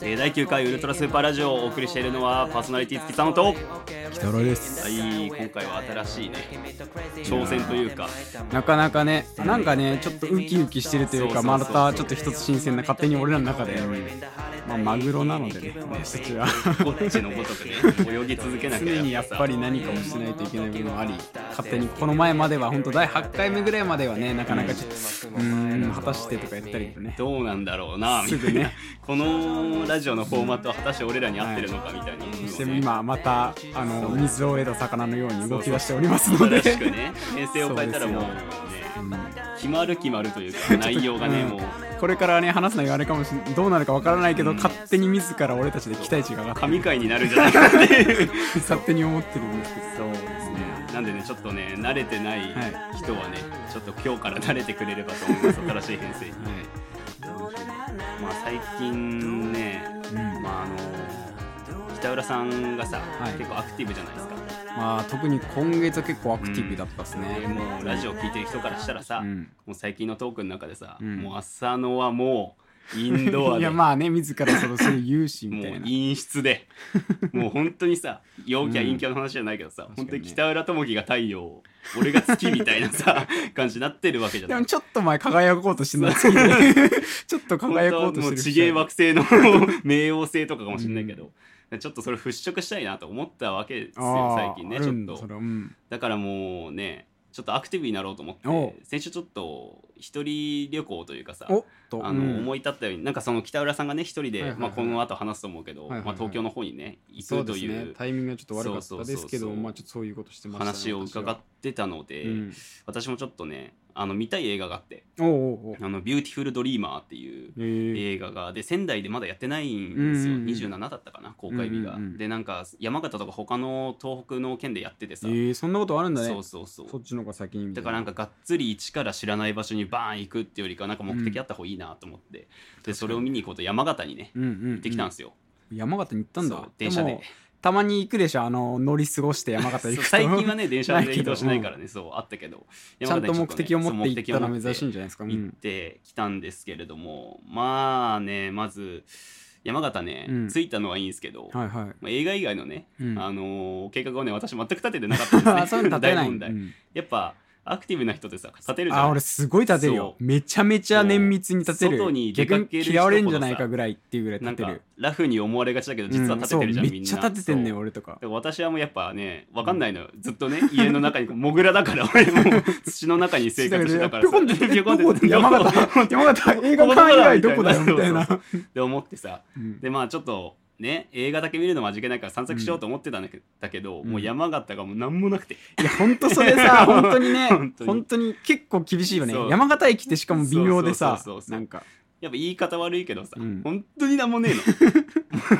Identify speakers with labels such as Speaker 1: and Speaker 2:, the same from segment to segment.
Speaker 1: えー第9回ウルトラスーパーラジオをお送りしているのはパーソナリティ月さんと、は
Speaker 2: 北郎です
Speaker 1: い、今回は新しいね挑戦というか
Speaker 2: なかなかねなんかねちょっとウキウキしてるという
Speaker 1: そうそう
Speaker 2: か
Speaker 1: そう
Speaker 2: またちょっと一つ新鮮な勝手に俺らの中で、まあ、マグロなのでね私たちは
Speaker 1: こっちのごとくね泳ぎ続けなきゃ
Speaker 2: 常にやっぱり何かをしないといけない部分もあり勝手にこの前までは本当第8回目ぐらいまではねなかなかちょっとうーん果たしてとかやったりとかね
Speaker 1: どうなんだろうなみ
Speaker 2: す
Speaker 1: た
Speaker 2: ぐ
Speaker 1: いな、
Speaker 2: ね
Speaker 1: このラジオのフォーマットは果たして俺らに合ってるのかみたいな、
Speaker 2: そして今またあの水を得た魚のように動き出しておりますので
Speaker 1: 新しくね編成を変えたらもうね決まる決まるというか内容がね
Speaker 2: うん
Speaker 1: もう
Speaker 2: これからね話すのがあれかもしれどうなるかわからないけど、勝手に自ら俺たちで期待値が上がって
Speaker 1: 神回になるんじゃないかっていう
Speaker 2: 勝手に思ってるんですけどそうですね
Speaker 1: なんでねちょっとね慣れてない
Speaker 2: は
Speaker 1: 人はねちょっと今日から慣れてくれればと思います新しい編成にまあ最近ね
Speaker 2: うん
Speaker 1: まああの北浦さんがさ、
Speaker 2: はい
Speaker 1: 結構アクティブじゃないですか、
Speaker 2: まあ特に今月は結構アクティブだったですね、
Speaker 1: でもうラジオ聞いてる人からしたらさ、
Speaker 2: うん
Speaker 1: もう最近のトークの中でさ、
Speaker 2: うん
Speaker 1: もう浅野はもうインドア
Speaker 2: い
Speaker 1: で
Speaker 2: やまあね自らそのそういう有志み
Speaker 1: も
Speaker 2: た
Speaker 1: う
Speaker 2: いな
Speaker 1: 陰湿 でもう本当にさ陽キャ陰キャの話じゃないけどさ、本当に北浦智樹が太陽俺が月みたいな さ感じになってるわけじゃ
Speaker 2: で
Speaker 1: な
Speaker 2: も
Speaker 1: い。
Speaker 2: ちょっと前輝こうとしてるんですけどね ちょっと輝こうと
Speaker 1: も
Speaker 2: し
Speaker 1: う
Speaker 2: てる
Speaker 1: 地芸惑星の 冥王星とかかもしれないけど、ちょっとそれ払拭したいなと思ったわけですよ
Speaker 2: あ
Speaker 1: 最
Speaker 2: あ
Speaker 1: 近ね
Speaker 2: あ
Speaker 1: ちょ
Speaker 2: るん
Speaker 1: っ
Speaker 2: だ
Speaker 1: と
Speaker 2: それはうん
Speaker 1: だからもうねちょっとアクティブになろうと思って
Speaker 2: おう
Speaker 1: 先週ちょっと一人旅行というかさ
Speaker 2: おっと
Speaker 1: あ
Speaker 2: う
Speaker 1: の
Speaker 2: ん
Speaker 1: 思い立ったようになんかその北浦さんがね一人で、
Speaker 2: はいはいはい
Speaker 1: まあ、この後話すと思うけど、
Speaker 2: はいはいはい
Speaker 1: まあ、東京の方にね行
Speaker 2: そう
Speaker 1: く
Speaker 2: で
Speaker 1: と
Speaker 2: す
Speaker 1: い
Speaker 2: ね
Speaker 1: う
Speaker 2: タイミングがちょっと悪か
Speaker 1: そ
Speaker 2: っ
Speaker 1: う
Speaker 2: た
Speaker 1: そう
Speaker 2: で
Speaker 1: そうそう
Speaker 2: すけどまあちょっとそういうことしてましたね
Speaker 1: 話を伺ってたので、
Speaker 2: 私はうん
Speaker 1: 私もちょっとねあの見たい映画があって
Speaker 2: おうおうおう
Speaker 1: 「あのビューティフル・ドリーマー」っていう
Speaker 2: えー
Speaker 1: 映画がで仙台でまだやってないんですよ、
Speaker 2: うんうんうん
Speaker 1: 27だったかな公開日が、
Speaker 2: うんうんうん
Speaker 1: でなんか山形とか他の東北の県でやっててさ、
Speaker 2: えーそんなことあるんだね
Speaker 1: そうそうそう
Speaker 2: そっちの方が先にみた
Speaker 1: だ
Speaker 2: い
Speaker 1: からなんかがっつり一から知らない場所にバーン行くっていうよりかなんか目的あった方がいいなと思って、でそれを見に行こうと山形にね
Speaker 2: うんうん、
Speaker 1: 行ってきたんですよ、
Speaker 2: 山形に行ったんだ
Speaker 1: そう電車で
Speaker 2: もたまに行くでしょあの乗り過ごして山形
Speaker 1: そ
Speaker 2: 行
Speaker 1: う
Speaker 2: くと
Speaker 1: 最近はね電車
Speaker 2: な
Speaker 1: で
Speaker 2: いけ
Speaker 1: 移
Speaker 2: ど
Speaker 1: 動しないからねそうあったけど
Speaker 2: ちゃんと目的を持って行った
Speaker 1: ら
Speaker 2: ら珍しいんじゃないですか、う
Speaker 1: 行っ
Speaker 2: ん、
Speaker 1: てきたんですけれども、まあねまず山形ね、
Speaker 2: うん
Speaker 1: 着いたのはいいんですけど、
Speaker 2: はいはい
Speaker 1: まあ、映画以外のね、
Speaker 2: うん
Speaker 1: あのー計画をね私全く立ててなかったんですね
Speaker 2: あそういうの立てない、
Speaker 1: 大 問題
Speaker 2: うん
Speaker 1: やっぱアクティブな人ってさ立てるじゃ
Speaker 2: あ
Speaker 1: ない
Speaker 2: 俺すごい立てるよめちゃめちゃ綿密に立て
Speaker 1: そ
Speaker 2: る
Speaker 1: う外に出
Speaker 2: 逆
Speaker 1: か
Speaker 2: に
Speaker 1: ける人ほどさ
Speaker 2: 嫌われるんじゃないかぐらいっていうぐらい
Speaker 1: な
Speaker 2: 立
Speaker 1: ん
Speaker 2: て
Speaker 1: か
Speaker 2: る
Speaker 1: ラフに思われがちだけど実は立ててるじゃん、
Speaker 2: うんそう
Speaker 1: みん
Speaker 2: め
Speaker 1: な
Speaker 2: っちゃ立ててんね
Speaker 1: そ
Speaker 2: ん
Speaker 1: う
Speaker 2: 俺とか
Speaker 1: でも私はもうやっぱねわかんないのよずっとね家の中にモグラだから俺もう土の中に生活してたから
Speaker 2: ピョコンって
Speaker 1: ピョコン
Speaker 2: どこ
Speaker 1: って
Speaker 2: 山形山形映画館以外どこだよみたいな
Speaker 1: そうで思ってさ
Speaker 2: うん
Speaker 1: でまあちょっとね映画だけ見るのも味気ないから散策しようと思ってたんだけだけど、
Speaker 2: うん
Speaker 1: もう山形がもう何もなくて、
Speaker 2: いや本当それ さ本当にね
Speaker 1: 本
Speaker 2: 本
Speaker 1: 当
Speaker 2: 当
Speaker 1: に
Speaker 2: に結構厳しいよね
Speaker 1: そう
Speaker 2: 山形駅ってしかも微妙でさ
Speaker 1: そうそうそうそう
Speaker 2: なんか
Speaker 1: やっぱ言い方悪いけどさ、
Speaker 2: うん
Speaker 1: 本当に何もね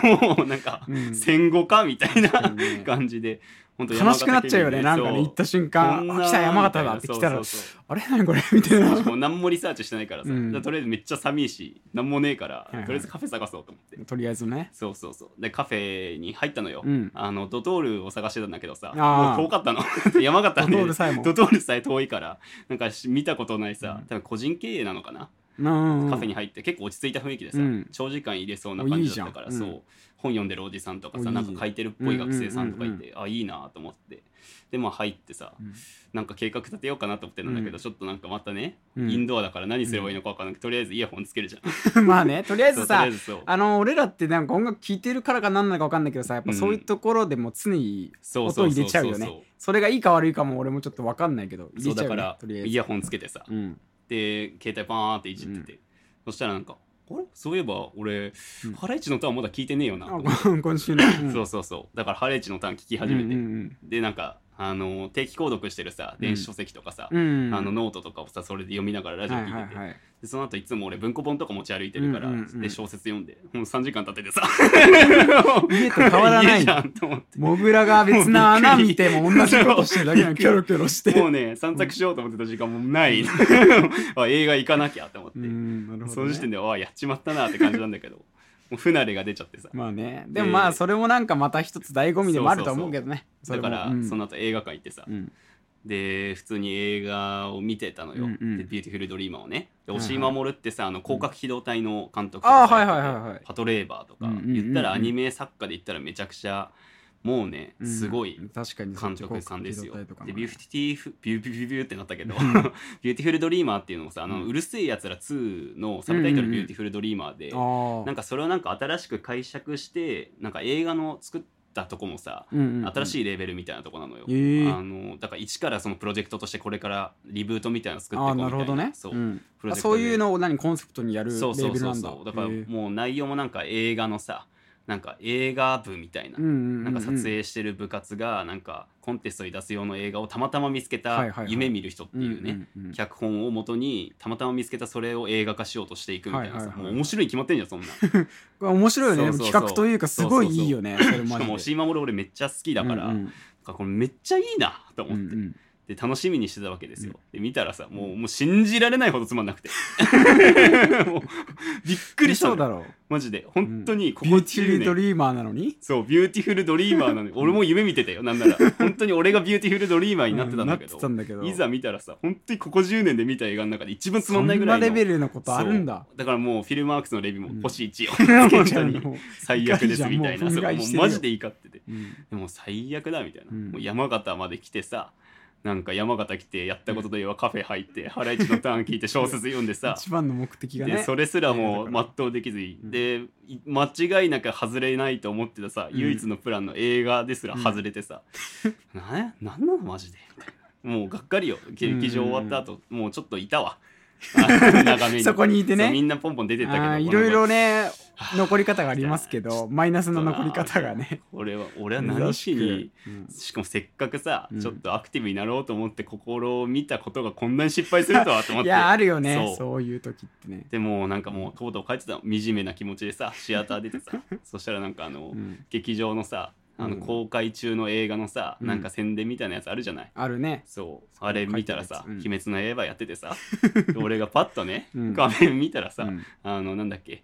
Speaker 1: え のもうなんか、
Speaker 2: うん
Speaker 1: 戦後かみたいな
Speaker 2: かにね
Speaker 1: 感じで本当
Speaker 2: 悲しくなっちゃうよねなんかね行った瞬間「あ来た山形だ」って来たらあれ 何これみたいな
Speaker 1: もう何もリサーチしてないからさ、
Speaker 2: うん
Speaker 1: だからとりあえずめっちゃ寒いし何もねえから、
Speaker 2: いはい
Speaker 1: とりあえずカフェ探そう と思って
Speaker 2: とりあえずね
Speaker 1: そうそうそうでカフェに入ったのよ、
Speaker 2: うん
Speaker 1: あのドトールを探してたんだけどさ
Speaker 2: あー
Speaker 1: もう遠かったの 山形ね
Speaker 2: ドトールさえも
Speaker 1: ドトールさえ遠いからなんかし見たことないさ、
Speaker 2: うん
Speaker 1: 多分個人経営なのかな、
Speaker 2: うん
Speaker 1: カフェに入って結構落ち着いた雰囲気でさ、
Speaker 2: うん
Speaker 1: 長時間入れそうな感じだったから
Speaker 2: いいじゃ
Speaker 1: そ
Speaker 2: ん
Speaker 1: う
Speaker 2: うん
Speaker 1: 本読んでるおじさんとか
Speaker 2: おいい
Speaker 1: さ
Speaker 2: ね
Speaker 1: なんか書いてるっぽい学生さんとかいて、
Speaker 2: うんうん
Speaker 1: あいいなと思ってでまあ入ってさ、
Speaker 2: うん
Speaker 1: なんか計画立てようかなと思ってたんだけど、
Speaker 2: うん
Speaker 1: ちょっとなんかまたね、
Speaker 2: うん
Speaker 1: インドアだから何すればいいのか分からなくて、とりあえずイヤホンつけるじゃん。
Speaker 2: まあねとりあえ
Speaker 1: そ
Speaker 2: ず
Speaker 1: うとりあ
Speaker 2: さ
Speaker 1: えずそう
Speaker 2: あの俺らってなんか音楽聴いてるからかなんなのか分かんないけどさやっぱそういうところでも常に
Speaker 1: そう
Speaker 2: 音
Speaker 1: そう
Speaker 2: 入
Speaker 1: そ
Speaker 2: れ
Speaker 1: う
Speaker 2: ちゃ
Speaker 1: そうう
Speaker 2: よ
Speaker 1: そ
Speaker 2: ねそれがいいか悪いかも俺もちょっと分かんないけど
Speaker 1: う
Speaker 2: 入れち
Speaker 1: だ
Speaker 2: ゃうよ
Speaker 1: か
Speaker 2: ね
Speaker 1: ら
Speaker 2: とりあえず
Speaker 1: イヤホンつけてさ、
Speaker 2: うん
Speaker 1: で携帯パーンっていじってて、そしたらなんか「あれそういえば俺、
Speaker 2: うん
Speaker 1: ハライチのターンまだ聞いてねえよな」と思って
Speaker 2: あ今週のうん
Speaker 1: そうそうそうだからハライチのターン聞き始めて、
Speaker 2: うんうん
Speaker 1: でなんかあの定期購読してるさ電子書籍とかさ、
Speaker 2: うんうん
Speaker 1: あのノートとかをさそれで読みながらラジオ聞いてて、
Speaker 2: はいはいはい
Speaker 1: でその後いつも俺文庫本とか持ち歩いてるから、
Speaker 2: うんうんうん
Speaker 1: で小説読んでもう3時間経っててさ
Speaker 2: 家 と変わら ない
Speaker 1: じゃんと思って。
Speaker 2: モグラが別な穴 見ても同じことしてるだけなのにキョロキョロして
Speaker 1: もうね散策しようと思ってた時間もない あ映画行かなきゃと思って、
Speaker 2: うんなるほ
Speaker 1: そ
Speaker 2: ど
Speaker 1: の
Speaker 2: ね
Speaker 1: 時点でああやっちまったなって感じなんだけどもう不慣れが出ちゃってさ
Speaker 2: まあねでも
Speaker 1: で
Speaker 2: まあそれもなんかまた一つ醍醐味でもあるとは思うけどね
Speaker 1: だから、
Speaker 2: れもうん
Speaker 1: その後映画館行ってさ、
Speaker 2: うん
Speaker 1: で普通に映画を見てたのよ、
Speaker 2: うんうん
Speaker 1: でビューティフルドリーマーをねで
Speaker 2: はいはい
Speaker 1: 押井守ってさあの広角機動隊の監督と
Speaker 2: あ
Speaker 1: か
Speaker 2: ー
Speaker 1: さ
Speaker 2: はいはいはいはい
Speaker 1: パトレーバーとか、
Speaker 2: うんうんうんうん
Speaker 1: 言ったらアニメ作家で言ったらめちゃくちゃもうね
Speaker 2: うん
Speaker 1: すごい
Speaker 2: 確かに
Speaker 1: 監督さんですよ。でビュー
Speaker 2: フ
Speaker 1: ティフビュービュービュービューってなったけど
Speaker 2: う
Speaker 1: ビ
Speaker 2: ん
Speaker 1: ューティフルドリーマーっていうのもさあ
Speaker 2: う
Speaker 1: の
Speaker 2: ん
Speaker 1: うるせえやつら2のサブタイト
Speaker 2: うん
Speaker 1: ル
Speaker 2: うんうん
Speaker 1: ビューティフルドリーマーで、
Speaker 2: あ
Speaker 1: なんかそれをなんか新しく解釈してなんか映画の作ったとこもさ、新
Speaker 2: い
Speaker 1: しいレベルみたいなとこなのよ。
Speaker 2: えー
Speaker 1: あのだから一からそのプロジェクトとしてこれからリブートみたいなの作ってい
Speaker 2: あ
Speaker 1: こ
Speaker 2: あ
Speaker 1: うみ
Speaker 2: な
Speaker 1: たいな
Speaker 2: るほどね
Speaker 1: そう
Speaker 2: う、ん
Speaker 1: プロ
Speaker 2: あ
Speaker 1: ジェクトで
Speaker 2: そういうのを何コンセプトにやるレ
Speaker 1: そうそう
Speaker 2: ベル
Speaker 1: そ
Speaker 2: な
Speaker 1: うん
Speaker 2: だ
Speaker 1: そうだから
Speaker 2: へー
Speaker 1: もう内容もなんか映画のさなんか映画部みたいな、
Speaker 2: うんうんうんうん
Speaker 1: なんか撮影してる部活がなんかコンテストに出す用の映画をたまたま見つけ
Speaker 2: は
Speaker 1: た
Speaker 2: いはいはい
Speaker 1: 夢見る人っていうね
Speaker 2: うんうんうん
Speaker 1: 脚本を元にたまたま見つけたそれを映画化しようとしていくみたいな
Speaker 2: はい
Speaker 1: さ
Speaker 2: はいはい
Speaker 1: もう面白いに決まってんじゃんそんなし
Speaker 2: これ面白いよ
Speaker 1: そう
Speaker 2: ねでも
Speaker 1: そうそう
Speaker 2: 企画というかすごいいいよねそれマ
Speaker 1: かも押
Speaker 2: ジで
Speaker 1: 井守俺めっちゃ好きだから,、
Speaker 2: うんうん
Speaker 1: これめっちゃいいなと思
Speaker 2: う
Speaker 1: っ
Speaker 2: ん
Speaker 1: て、
Speaker 2: うん
Speaker 1: で楽しみにしてたわけですよ、で見たらさもうもう信じられないほどつまんなく てもうびっくりしたの
Speaker 2: 嘘だろ
Speaker 1: マジで本当にこ
Speaker 2: ビュ
Speaker 1: こ
Speaker 2: ーティフ
Speaker 1: 10
Speaker 2: ルド
Speaker 1: 年
Speaker 2: リーマーなのに
Speaker 1: そうビューティフルドリーマーなのに俺も夢見てたよなんなら本当に俺がビューティフルドリーマーになってたんだけど
Speaker 2: う、んなってたんだけど
Speaker 1: いざ見たらさ本当にここ10年で見た映画の中で一番つまんないぐらいの
Speaker 2: そんなレベルのことあるんだ
Speaker 1: そうだからもうフィルマークスのレビューも星1を、
Speaker 2: もう
Speaker 1: 本当に
Speaker 2: もう
Speaker 1: 最悪ですみたいな
Speaker 2: もう
Speaker 1: そう
Speaker 2: 憤
Speaker 1: も
Speaker 2: 慨し
Speaker 1: う
Speaker 2: てるよ
Speaker 1: マジで怒ってて
Speaker 2: うん
Speaker 1: でも最悪だみたいな、
Speaker 2: うん
Speaker 1: もう山形まで来てさなんか山形来てやったことといえばカフェ入ってハライチのターン聞いて小説読んでさ
Speaker 2: 一番の目的が
Speaker 1: で
Speaker 2: ね
Speaker 1: それすらも
Speaker 2: 映
Speaker 1: う
Speaker 2: 画だ
Speaker 1: 全うできずに、
Speaker 2: うん
Speaker 1: でい間違いなく外れないと思ってたさ、
Speaker 2: うん
Speaker 1: 唯一のプランの映画ですら外れて さ、なんや、なんなのマジでみたいなもうがっかりよ劇場終わった後、もうちょっといた わあ長めに
Speaker 2: そこにいてね
Speaker 1: そうみんなポンポン出てったけ
Speaker 2: あ
Speaker 1: ど
Speaker 2: ーいろいろ
Speaker 1: こ
Speaker 2: ね残り方がありますけどマイナスの
Speaker 1: の前
Speaker 2: 残り方がね
Speaker 1: 俺は俺は 何しに
Speaker 2: うん
Speaker 1: しかもせっかくさ、
Speaker 2: うん
Speaker 1: ちょっとアクティブになろうと思って心を見たことがこんなに失敗するとはと思っ
Speaker 2: い
Speaker 1: て
Speaker 2: やあるよね
Speaker 1: そう
Speaker 2: そういう時ってね
Speaker 1: でもうなんかもうとうとう帰ってたの惨めな気持ちで さシアター出てさそしたらなんかあの、
Speaker 2: うん
Speaker 1: 劇場のさあの
Speaker 2: うん
Speaker 1: 公開中の映画のさ、
Speaker 2: うん
Speaker 1: なんか宣伝みたいなやつあるじゃない
Speaker 2: あるね
Speaker 1: そう
Speaker 2: そう
Speaker 1: あれ見たらさ「
Speaker 2: 書い
Speaker 1: 鬼
Speaker 2: てる
Speaker 1: 滅の刃」やっててさ で俺がパッとね、
Speaker 2: うん
Speaker 1: 画面見たらさ、
Speaker 2: うん
Speaker 1: あのなんだっけ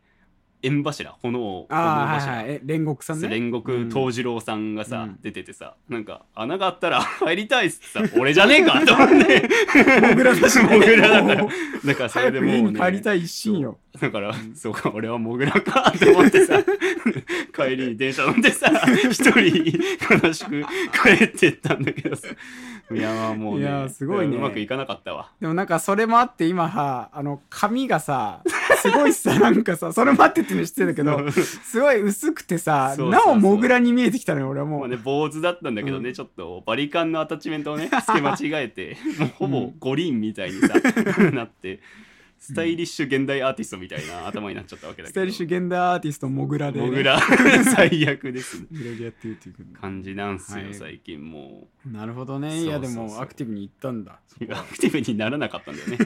Speaker 1: 縁柱炎炎
Speaker 2: ああ
Speaker 1: 柱、
Speaker 2: はいはいえ煉獄さんね
Speaker 1: 煉獄
Speaker 2: うん
Speaker 1: 藤次郎さんがさ、
Speaker 2: うん
Speaker 1: 出ててさなんか穴があったら 入りたいっつってさ俺じゃねえかと思 って
Speaker 2: モグラだしね
Speaker 1: モグラだから
Speaker 2: もう
Speaker 1: だからそれ
Speaker 2: 早
Speaker 1: で
Speaker 2: く
Speaker 1: もう、ね、
Speaker 2: 家に帰りたい一心よ
Speaker 1: だから、そうか、俺はモグラかって思って さ、帰りに電車乗ってさ、一人悲しく帰ってったんだけどさ、いや、まあもうね、
Speaker 2: いやーすごいね
Speaker 1: うまくいかなかったわ。
Speaker 2: でもなんかそれもあって今はあの髪がさすごい さなんかさそれもあってっていうの知ってたけどすごい薄くてさ
Speaker 1: そうそう
Speaker 2: な
Speaker 1: そう
Speaker 2: おモグラに見えてきたのよ俺は
Speaker 1: も
Speaker 2: も
Speaker 1: う
Speaker 2: う、
Speaker 1: ね、坊主だったんだけどね、
Speaker 2: うん
Speaker 1: ちょっとバリカンのアタッチメン トをね、付け間違えて、もうほぼ五輪みたいにさ、なって、スタイリッシュ現代アーティストみたいな頭になっちゃったわけだけど。
Speaker 2: スタイリッシュゲンダーアーティストモグラで、ね、
Speaker 1: モ グラ、最悪です、ね。
Speaker 2: モグラでやってるっていうこと
Speaker 1: 感じなんすよ、
Speaker 2: はい
Speaker 1: 最近も
Speaker 2: なるほどね
Speaker 1: そう
Speaker 2: い
Speaker 1: そう
Speaker 2: や
Speaker 1: そ
Speaker 2: で
Speaker 1: う
Speaker 2: もアクティブに行ったんだ
Speaker 1: う。アクティブにならなかったんだよね。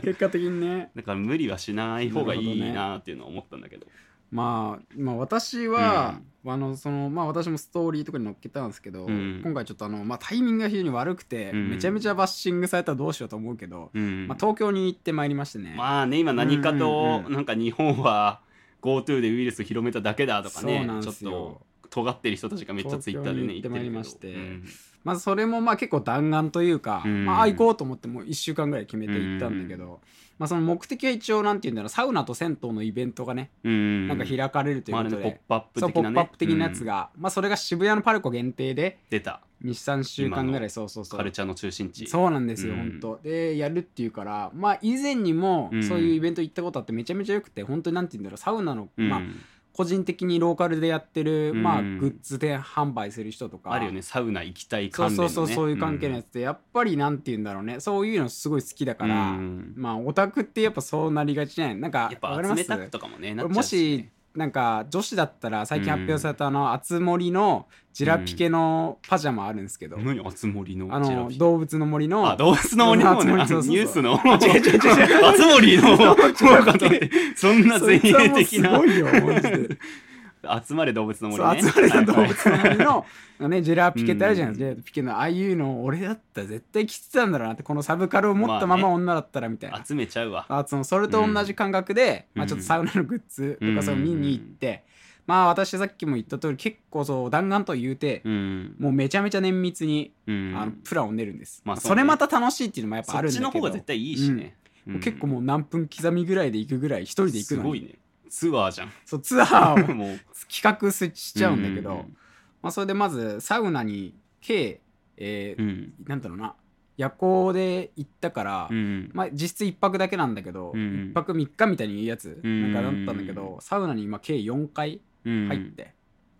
Speaker 2: 結果的にね
Speaker 1: だから無理はしない方がいいなっていうのは思ったんだけど。
Speaker 2: まあ、まあ私は、あのそのまあ私もストーリーとかに載っけたんですけど、
Speaker 1: うん
Speaker 2: 今回ちょっとあの、まあ、タイミングが非常に悪くて、
Speaker 1: うん
Speaker 2: めちゃめちゃバッシングされたらどうしようと思うけど、
Speaker 1: うん
Speaker 2: まあ、東京に行ってまいりましてね、
Speaker 1: まあね今何か
Speaker 2: うんう
Speaker 1: と
Speaker 2: んうん
Speaker 1: なんか日本は GoTo でウイルス広めただけだとか
Speaker 2: そう
Speaker 1: ね
Speaker 2: なん
Speaker 1: ちょ
Speaker 2: で
Speaker 1: っ
Speaker 2: すよ
Speaker 1: と尖ってる人たちがめっちゃツイッターでね
Speaker 2: 東京に行
Speaker 1: 言っ
Speaker 2: っ
Speaker 1: ててるけど
Speaker 2: まいりままあそれもまあ結構弾丸というか、
Speaker 1: うん
Speaker 2: まあ、行こうと思ってもう1週間ぐらい決めて行ったんだけど、まあ、その目的は一応なんて言うんだろうサウナと銭湯のイベントがね、
Speaker 1: うん
Speaker 2: なんか開かれるという
Speaker 1: まああれ
Speaker 2: こ
Speaker 1: ね
Speaker 2: とで、
Speaker 1: ポップアップ
Speaker 2: そう
Speaker 1: 的
Speaker 2: ポ
Speaker 1: な
Speaker 2: ッ
Speaker 1: ね
Speaker 2: プアップ的なやつ
Speaker 1: うん
Speaker 2: が、まあ、それが渋谷のパルコ限定で
Speaker 1: 出た
Speaker 2: 23週間ぐ
Speaker 1: 今
Speaker 2: らい
Speaker 1: の
Speaker 2: そうそうそう
Speaker 1: カルチャーの中心地
Speaker 2: そうなんですよ、
Speaker 1: うん
Speaker 2: 本当でやるっていうからまあ以前にも
Speaker 1: うん
Speaker 2: そういうイベント行ったことあってめちゃめちゃよくて本当になんて言うんだろうサウナの、
Speaker 1: うん
Speaker 2: まあ、個人的にローカルでやってる、
Speaker 1: うん
Speaker 2: まあ、グッズで販売する人とか
Speaker 1: あるよねサウナ行きたい
Speaker 2: そう
Speaker 1: 関連
Speaker 2: そ
Speaker 1: の
Speaker 2: う
Speaker 1: ね
Speaker 2: そうそういう関係のやつってやっぱりなんて言うんだろうねそういうのすごい好きだから、
Speaker 1: うん
Speaker 2: まあオタクってやっぱそうなりがちじゃないなんか
Speaker 1: やっぱ
Speaker 2: わかり
Speaker 1: 集
Speaker 2: ま
Speaker 1: め
Speaker 2: す
Speaker 1: たくとかもねなっちゃう
Speaker 2: もしなんか女子だったら最近発表されたあの熱森のジラピケのパジャマあるんですけど、
Speaker 1: 何あつ森の
Speaker 2: あ
Speaker 1: ジェラ
Speaker 2: の
Speaker 1: ピー
Speaker 2: 動物の森の
Speaker 1: あ、動物の森の方ね、
Speaker 2: 動物の森
Speaker 1: あ
Speaker 2: そうそう
Speaker 1: の
Speaker 2: そう
Speaker 1: ニュースの、
Speaker 2: 違う違う違う
Speaker 1: あつ森の方、そんな
Speaker 2: そ
Speaker 1: 前
Speaker 2: いつは
Speaker 1: 衛
Speaker 2: もう
Speaker 1: 的
Speaker 2: す
Speaker 1: な
Speaker 2: ご、いよマジで
Speaker 1: 集まれ動物の
Speaker 2: そう
Speaker 1: 森ね。
Speaker 2: 集まれた動
Speaker 1: はい
Speaker 2: 物
Speaker 1: はい
Speaker 2: の森の、ね、ジェラピケってあるじゃない
Speaker 1: うん
Speaker 2: ジェラピケのああいうのを俺だったら絶対着てたんだろうなってこのサブカルを持ったまま
Speaker 1: ま
Speaker 2: 女だったらみたいな、
Speaker 1: 集めちゃうわ。
Speaker 2: あそのそれと同じ感覚で、
Speaker 1: うん
Speaker 2: まあ、ちょっとサウナのグッズとかそういうの見に行って、まあ私さっきも言った通り結構そう弾丸と言うて、
Speaker 1: うん。
Speaker 2: もうめちゃめちゃ綿密に、
Speaker 1: うん。
Speaker 2: あのプランを練るんです、
Speaker 1: ま
Speaker 2: ま
Speaker 1: あ
Speaker 2: あ、
Speaker 1: そうね
Speaker 2: それまた楽しいっていうのもやっぱ
Speaker 1: そ
Speaker 2: あ
Speaker 1: っ
Speaker 2: るんだ
Speaker 1: ち
Speaker 2: けど
Speaker 1: の方が絶対いいしね。
Speaker 2: もう結構
Speaker 1: も
Speaker 2: もう何分刻みぐらいで行くぐらい一人
Speaker 1: うん
Speaker 2: で行く
Speaker 1: す
Speaker 2: の
Speaker 1: ごい
Speaker 2: に、
Speaker 1: ね。ツアーじゃん。
Speaker 2: そうツアーを
Speaker 1: もう。
Speaker 2: 企画しちゃうんだけど、
Speaker 1: う
Speaker 2: まあ、それでまずサウナに計、えー
Speaker 1: うん。
Speaker 2: なんだろうな夜行で行ったから、
Speaker 1: うん。
Speaker 2: まあ、実質1泊だけなんだけど、
Speaker 1: う
Speaker 2: 一
Speaker 1: ん
Speaker 2: 1泊3日みたいに言うやつ、
Speaker 1: うん
Speaker 2: なんかだったんだけどサウナに今計4回
Speaker 1: うん
Speaker 2: 入って、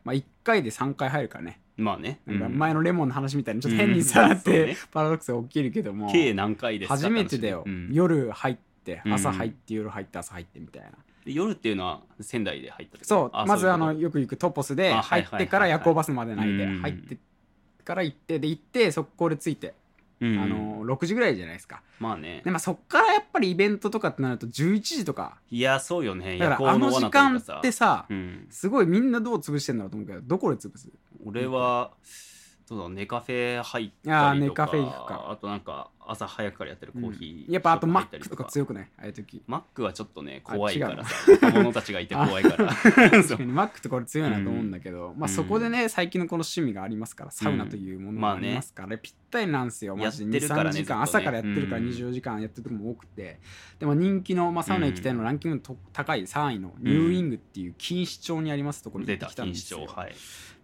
Speaker 2: まあ、1回で3回入るからね
Speaker 1: まあね。
Speaker 2: なんか
Speaker 1: うん
Speaker 2: 前のレモンの話みたいにちょっと変にさ
Speaker 1: うん
Speaker 2: っ
Speaker 1: そう
Speaker 2: て、
Speaker 1: ね
Speaker 2: パラドックスが起きるけども
Speaker 1: 計何回ですか
Speaker 2: 初めてだよ、
Speaker 1: 楽しみうん
Speaker 2: 夜入って
Speaker 1: うん
Speaker 2: 朝入って夜入って朝入ってみたいな、
Speaker 1: で夜っていうのは仙台で入ったってこと
Speaker 2: そうまずあ、
Speaker 1: そ
Speaker 2: の
Speaker 1: いこ
Speaker 2: よく行くトポスで
Speaker 1: あはい
Speaker 2: 入
Speaker 1: はい
Speaker 2: ってから夜行バスまでの間
Speaker 1: うん
Speaker 2: 入ってから行ってで行って速攻で着いて、
Speaker 1: とうん
Speaker 2: あの6時ぐらいじゃないですか
Speaker 1: まあね
Speaker 2: で、。まあ、そっからやっぱりイベントとかってなると11時とか
Speaker 1: いや、そうよね。
Speaker 2: だ
Speaker 1: 夜
Speaker 2: からあ
Speaker 1: 行
Speaker 2: の
Speaker 1: の
Speaker 2: 時
Speaker 1: 罠
Speaker 2: 間
Speaker 1: と
Speaker 2: っ
Speaker 1: か
Speaker 2: て
Speaker 1: さ。
Speaker 2: さ
Speaker 1: うん、
Speaker 2: すごいみんなどう潰してんだろうと思うけどどこで潰す
Speaker 1: 俺は、どうだ、寝カフェ入ったりとか、
Speaker 2: あー寝カフェ行くか
Speaker 1: あとなんか、朝早くからやってるコーヒー、
Speaker 2: うんやっぱあとマック
Speaker 1: ショ
Speaker 2: と
Speaker 1: ップ入ったり
Speaker 2: か強くないああいう時
Speaker 1: マックはちょっとね、
Speaker 2: あ
Speaker 1: 怖いからさ、若者たちがいて怖いから。そ
Speaker 2: 確かにマックとか俺強いなと思うんだけど、まあそこでね最近のこの趣味がありますからサウナというもの
Speaker 1: ま
Speaker 2: が
Speaker 1: あ
Speaker 2: あ
Speaker 1: ね
Speaker 2: りますから、ぴったりなんですよマジ
Speaker 1: やって
Speaker 2: で
Speaker 1: るからね
Speaker 2: 23時
Speaker 1: ず
Speaker 2: 間、
Speaker 1: っと
Speaker 2: 朝
Speaker 1: ね
Speaker 2: からやってるか
Speaker 1: う
Speaker 2: ら
Speaker 1: ん
Speaker 2: 24時間やってるとこも多くて、でも人気の、まあ、サウナ行きたいのランキングのと高い3位のニューイングっていう錦糸町にありますところに
Speaker 1: 出
Speaker 2: 行
Speaker 1: た、
Speaker 2: ってきたん
Speaker 1: 錦糸
Speaker 2: ですよ、
Speaker 1: 町、はい。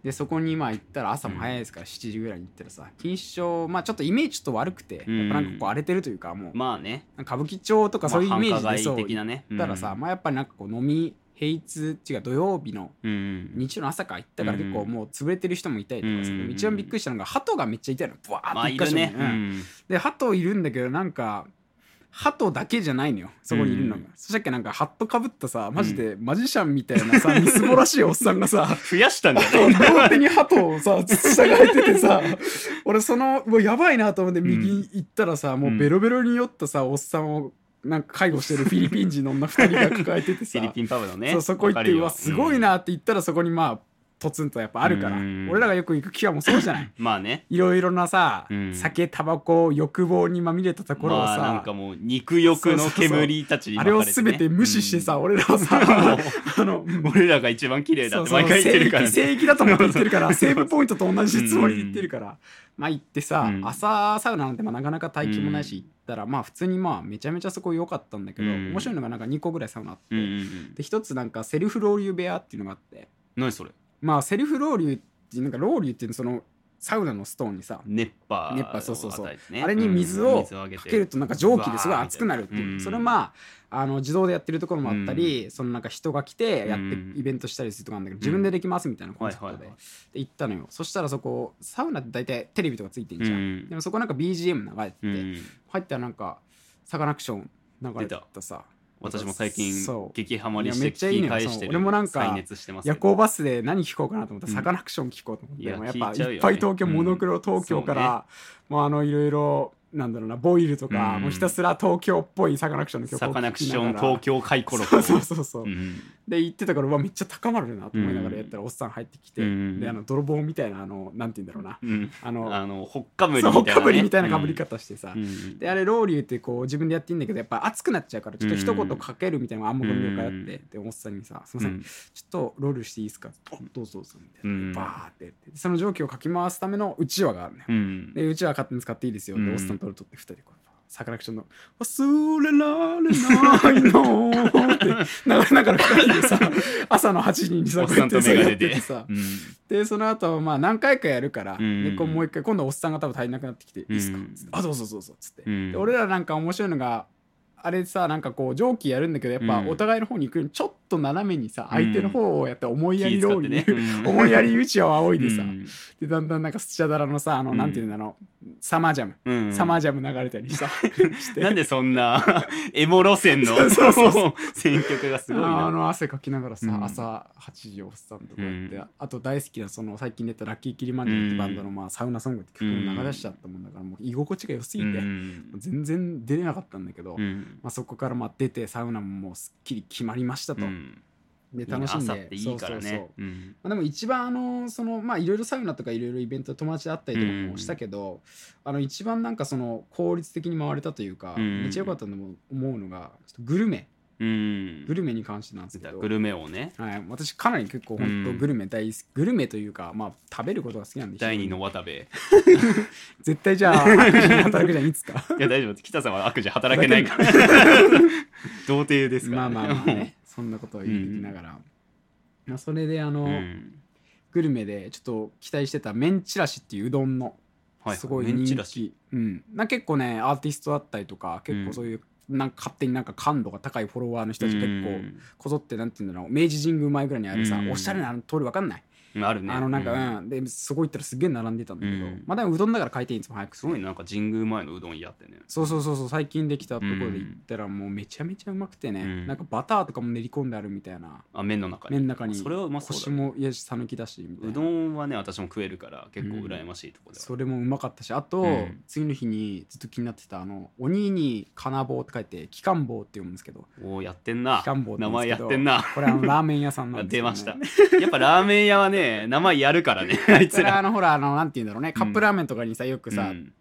Speaker 2: でそこにまあ行ったら朝も早いですから、7時ぐらいに行ったらさ錦糸町まあちょっとイメージちょっと悪くて、
Speaker 1: うん
Speaker 2: やっぱなんかこう荒れてるというかもう、
Speaker 1: まあね、
Speaker 2: なんか歌舞伎町とかそういうイメージ
Speaker 1: まあ
Speaker 2: でそう
Speaker 1: 繁華街的
Speaker 2: 行
Speaker 1: な
Speaker 2: っ
Speaker 1: ね。
Speaker 2: たらさ、
Speaker 1: うん
Speaker 2: まあやっぱりなんかこう飲み平日違う土曜日の
Speaker 1: うん、
Speaker 2: 日曜の朝から行ったから結構もう潰れてる人もいたりとかさ、
Speaker 1: うん
Speaker 2: でも一番びっくりしたのが鳩がめっちゃいたのブワ
Speaker 1: まあ
Speaker 2: ーって
Speaker 1: い
Speaker 2: 一箇
Speaker 1: る
Speaker 2: 所に、
Speaker 1: ね。うん
Speaker 2: で鳩いるんだけどなんか鳩だけじゃないのよそこにいるのが、
Speaker 1: うん
Speaker 2: そしたっけなんかハットかぶったさマジでマジシャンみたいなさ、 みすぼらしいおっさんがさ
Speaker 1: 増やしたんだ
Speaker 2: 両
Speaker 1: ね。
Speaker 2: 手に鳩 をさ従えててさ俺そのうわやばいなと思って右行ったらさ、もうベロベロに酔ったさおっさんをなんか介護してるフィリピン人の女2人が抱えてて
Speaker 1: フ
Speaker 2: さ
Speaker 1: ィリピンパブのね。
Speaker 2: そうそこ行
Speaker 1: わ
Speaker 2: っ
Speaker 1: か
Speaker 2: て
Speaker 1: る
Speaker 2: う
Speaker 1: よ
Speaker 2: わすごい。なって言ったらそこにまあポツンとやっぱあるから
Speaker 1: うん
Speaker 2: 俺らがよく行くキュアもそうじ ゃない
Speaker 1: うんまあね。
Speaker 2: いろいろなさ
Speaker 1: うん
Speaker 2: 酒タバコ欲望にまみれたところを
Speaker 1: まあなん
Speaker 2: さ
Speaker 1: かもう肉欲の煙たちに巻か
Speaker 2: あれを
Speaker 1: れてね
Speaker 2: 全て無視してさ、
Speaker 1: うん
Speaker 2: 俺らはさあの
Speaker 1: 俺らが一番綺麗だ
Speaker 2: そ
Speaker 1: っ
Speaker 2: う
Speaker 1: て
Speaker 2: そう
Speaker 1: 毎回言ってるからね
Speaker 2: 聖域聖域だと思って言って るからセーブポイントと同じつもりで
Speaker 1: うん
Speaker 2: 言ってるからまあ行ってさ
Speaker 1: うん
Speaker 2: 朝サウナなんてまあなかなか待機もないし行ったらまあ普通にまあめちゃめちゃそこ良かったんだけど
Speaker 1: うん
Speaker 2: 面白いのがなんか2個ぐらいサウナあっ
Speaker 1: うんうんう
Speaker 2: て
Speaker 1: ん
Speaker 2: で一つなんかセルフロウリュ部屋っていうのがあって
Speaker 1: 何それ
Speaker 2: まあセルフロウリュっていうなんかロウリュっていうのそのサウナのストーンにさ
Speaker 1: 熱波
Speaker 2: 熱波そうそうそう
Speaker 1: を与えてね
Speaker 2: あれに水
Speaker 1: うん
Speaker 2: を
Speaker 1: 水をあげ
Speaker 2: か
Speaker 1: て
Speaker 2: けるとなんか蒸気ですごい熱くなるって
Speaker 1: うわーみたい
Speaker 2: い
Speaker 1: な
Speaker 2: うそれまああの自動でやってるところもあったりそのなんか人が来てやっ
Speaker 1: うん
Speaker 2: てイベントしたりするとかなんだけど自分でできますみたいなコンセプ
Speaker 1: は
Speaker 2: ト
Speaker 1: いはい
Speaker 2: で
Speaker 1: はい
Speaker 2: で行ったのよそしたらそこサウナって大体テレビとかついてん
Speaker 1: う
Speaker 2: じゃん
Speaker 1: ん
Speaker 2: でもそこなんか BGM 流れて
Speaker 1: う
Speaker 2: て
Speaker 1: ん
Speaker 2: 入ったらなんかサカナクション流れてたさ
Speaker 1: 私も最近
Speaker 2: そう
Speaker 1: 激ハマりし
Speaker 2: いや
Speaker 1: て
Speaker 2: めっちゃいい
Speaker 1: 聞
Speaker 2: の
Speaker 1: き
Speaker 2: よ
Speaker 1: 返して
Speaker 2: そう
Speaker 1: る
Speaker 2: 俺もなんか
Speaker 1: 再熱してます
Speaker 2: 夜行バスで何聞こうかなと思った
Speaker 1: うん
Speaker 2: らサカナクション聞こうと思って、
Speaker 1: いや
Speaker 2: でもやっぱ
Speaker 1: 聞いちゃうよね
Speaker 2: いっぱい東京、
Speaker 1: うん
Speaker 2: モノクロ東京から、もうあのいろいろなんだろうなボイルとか、
Speaker 1: うん
Speaker 2: もうひたすら東京っぽいサカナクションの曲を
Speaker 1: サカナクション
Speaker 2: 聴きながら
Speaker 1: 東京回コロコ
Speaker 2: そ
Speaker 1: ロ
Speaker 2: うそうそうそう、
Speaker 1: うん
Speaker 2: で行ってたからうわめっちゃ高まるなと思いながらやったら、おっさん入ってきて、
Speaker 1: うん
Speaker 2: であの泥棒みたいなあのなんて言うんだろうな
Speaker 1: うん
Speaker 2: あの
Speaker 1: あのほっかむり
Speaker 2: そう
Speaker 1: みたいなね
Speaker 2: かぶりみたいなかぶり方してさ、
Speaker 1: うん
Speaker 2: であれロウリュってこう自分でやっていいんだけどやっぱ熱くなっちゃうからちょっと一言かけるみたいな暗黙の了解あって、
Speaker 1: うん
Speaker 2: でおっさんにさ「すいうま
Speaker 1: ん
Speaker 2: せんちょっとロールしていいですか?」おどうぞどうぞ」みたいな、
Speaker 1: うん
Speaker 2: バーってやってその蒸気をかき回すためのうちわがあるのよ、
Speaker 1: うん
Speaker 2: でうちわ勝手に使っていいですよ、
Speaker 1: うん
Speaker 2: でおっさんと俺取って2人でこうサカナクションの「忘れられないの」って流れながら2人でさ朝の8時に
Speaker 1: お
Speaker 2: さ
Speaker 1: っさんとメガ
Speaker 2: や
Speaker 1: ネ
Speaker 2: って
Speaker 1: で
Speaker 2: てさ
Speaker 1: うん
Speaker 2: でその後まあ何回かやるから、
Speaker 1: うん
Speaker 2: でこうもう一回今度はおっさんが多分足りなくなってきて「いいっすか?」つってあどうぞどうぞ」つって、
Speaker 1: うん
Speaker 2: で俺らなんか面白いのがあれさなんかこう蒸気やるんだけどやっぱ
Speaker 1: うん
Speaker 2: お互いの方に行くよりちょっと斜めにさ、
Speaker 1: うん
Speaker 2: 相手の方をやって思いやり
Speaker 1: 気使
Speaker 2: 通
Speaker 1: って
Speaker 2: り、
Speaker 1: ね
Speaker 2: ね、
Speaker 1: うん
Speaker 2: 思いやりうちを仰いでさ、
Speaker 1: うん
Speaker 2: でだんだんなんかスチャダラのさあの、
Speaker 1: うん
Speaker 2: なんていうんだろうサマージャム、
Speaker 1: うん
Speaker 2: サマージャム流れたり さして
Speaker 1: なんでそんなエモ路線の
Speaker 2: そうそうそ
Speaker 1: 選曲がすごい
Speaker 2: あ
Speaker 1: な。
Speaker 2: の汗かきながらさ、
Speaker 1: うん
Speaker 2: 朝8時おっさんとかやって、
Speaker 1: うん
Speaker 2: あと大好きなその最近出たラッキーキリマンジャロってバンドのまあサウナソングって曲を流しちゃったもんだから、もう居心地が良すぎて、もう全然出れなかったんだけど、
Speaker 1: うん
Speaker 2: まあ、そこからまあ出てサウナももうすっきり決まりましたと、
Speaker 1: うん
Speaker 2: で楽しんで
Speaker 1: 朝っていいから
Speaker 2: そうそうそう
Speaker 1: ね。うん
Speaker 2: まあ、でも一番あのそのまあいろいろサウナとかいろいろイベントで友達で会ったりとか
Speaker 1: うん
Speaker 2: もしたけど、あの一番なんかその効率的に回れたというか、
Speaker 1: うん
Speaker 2: めっちゃ良かったと思うのがちょっとグルメ
Speaker 1: うん
Speaker 2: グルメに関してなんですけど
Speaker 1: グルメをね
Speaker 2: はい、私かなり結構本
Speaker 1: う
Speaker 2: 当
Speaker 1: ん
Speaker 2: グルメ大好き、グルメというかまあ食べることが好きなんで
Speaker 1: 第二の渡部い
Speaker 2: 絶対じ ゃあ働くじゃんいつか
Speaker 1: や大丈夫北さんは悪事働けない から 童貞ですか
Speaker 2: ま
Speaker 1: ら
Speaker 2: あまあまあねそんなことを言いながら、まあ、それであの、
Speaker 1: もううん
Speaker 2: グルメでちょっと期待してたメンチラシっていううどんの
Speaker 1: は
Speaker 2: すごい
Speaker 1: メンチ
Speaker 2: 人
Speaker 1: だし
Speaker 2: 気、うん、な結構ねアーティストだったりとか結構そういう、なんか勝手になんか感度が高いフォロワーの人たち結構こぞってなんていうんだろう明治神宮前ぐらいにあるさ、
Speaker 1: うん
Speaker 2: おしゃれなあの通りわかんない、
Speaker 1: 構あるね
Speaker 2: あのなんか、
Speaker 1: う
Speaker 2: うんですごい行ったらすっげえ並んでたんだけど、
Speaker 1: うん
Speaker 2: まあでもうどんだから回転率も早く
Speaker 1: す
Speaker 2: す
Speaker 1: ご
Speaker 2: る
Speaker 1: いなんか神宮前のうどん屋ってね
Speaker 2: そうそうそうそう最近できたところで行ったらもうめちゃめちゃうまくてね、
Speaker 1: うん
Speaker 2: なんかバターとかも練り込んであるみたいな
Speaker 1: あ麺の中に
Speaker 2: 麺の中に
Speaker 1: それはうまそうだ
Speaker 2: 腰
Speaker 1: ね
Speaker 2: もいやしさぬきだしみたいうな
Speaker 1: どんはね私も食えるから結構羨ましいところでは
Speaker 2: それもうまかったしあと、
Speaker 1: うん
Speaker 2: 次の日にずっと気になってたあの鬼に金棒って書いて機関棒って読むんですけど
Speaker 1: おーやってんな
Speaker 2: 機関棒
Speaker 1: 名
Speaker 2: 言うん
Speaker 1: 前
Speaker 2: です
Speaker 1: や
Speaker 2: けど
Speaker 1: ってんな
Speaker 2: これあのラーメン屋さんなんです
Speaker 1: 出
Speaker 2: よ、ね、
Speaker 1: ましたやっぱラーメン屋は ね名前やるからねあい
Speaker 2: そ
Speaker 1: つ
Speaker 2: れあ
Speaker 1: ら
Speaker 2: のほらあのなんて言うんだろうねカッ
Speaker 1: う
Speaker 2: プ
Speaker 1: ん
Speaker 2: ラーメンとかにさよくさ、
Speaker 1: うん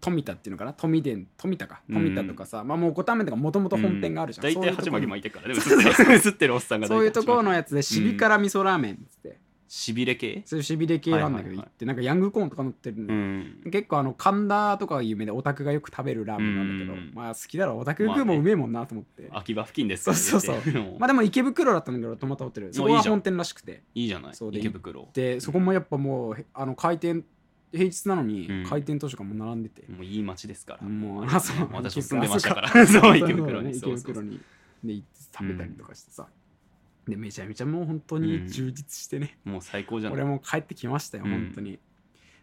Speaker 2: 富田っていうのかな富田富田か
Speaker 1: うん
Speaker 2: 富田とかさ、まあもう五反田とかもともと本店があるじゃん、
Speaker 1: 大
Speaker 2: そうい
Speaker 1: 体
Speaker 2: うと
Speaker 1: 鉢巻
Speaker 2: こ
Speaker 1: き
Speaker 2: ろ
Speaker 1: 巻いてるからね 映ってるおっさんが
Speaker 2: そういうところの
Speaker 1: や
Speaker 2: やつでシビ辛味噌ラーメンっつって、
Speaker 1: しびれ系
Speaker 2: そういうしびれ系なん
Speaker 1: はいは
Speaker 2: だけど、
Speaker 1: いはい
Speaker 2: 行ってなんかヤングコーンとか乗ってるの、
Speaker 1: うん
Speaker 2: 結構あの神田とかが有名でオタクがよく食べるラーメンなんだけど、
Speaker 1: うん
Speaker 2: まあ好きだろオタク食うもうめえもんなと思って、
Speaker 1: 秋葉付近です
Speaker 2: そうそうそう
Speaker 1: 言っても
Speaker 2: まあでも池袋だったんだけど泊まったホテルそこ
Speaker 1: い
Speaker 2: はい
Speaker 1: じゃん
Speaker 2: 本店らしくて
Speaker 1: いいじゃない
Speaker 2: そうで
Speaker 1: 池袋
Speaker 2: でそこもやっぱもうへあの開店平日なの
Speaker 1: う
Speaker 2: に
Speaker 1: ん
Speaker 2: 開店当初からもう並んでて、
Speaker 1: もういい街ですから
Speaker 2: もうあそう
Speaker 1: 私も住んでましたから
Speaker 2: あ
Speaker 1: そう
Speaker 2: そう
Speaker 1: 池
Speaker 2: そう
Speaker 1: 袋
Speaker 2: だ
Speaker 1: に
Speaker 2: ね 池
Speaker 1: そうそうそ
Speaker 2: 袋
Speaker 1: う
Speaker 2: にで行って食べたりとかしてさ、でめちゃめちゃもう本当に充実してね、
Speaker 1: もう最高じゃ
Speaker 2: 俺
Speaker 1: ない
Speaker 2: もう帰ってきましたよ、
Speaker 1: うん
Speaker 2: 本当に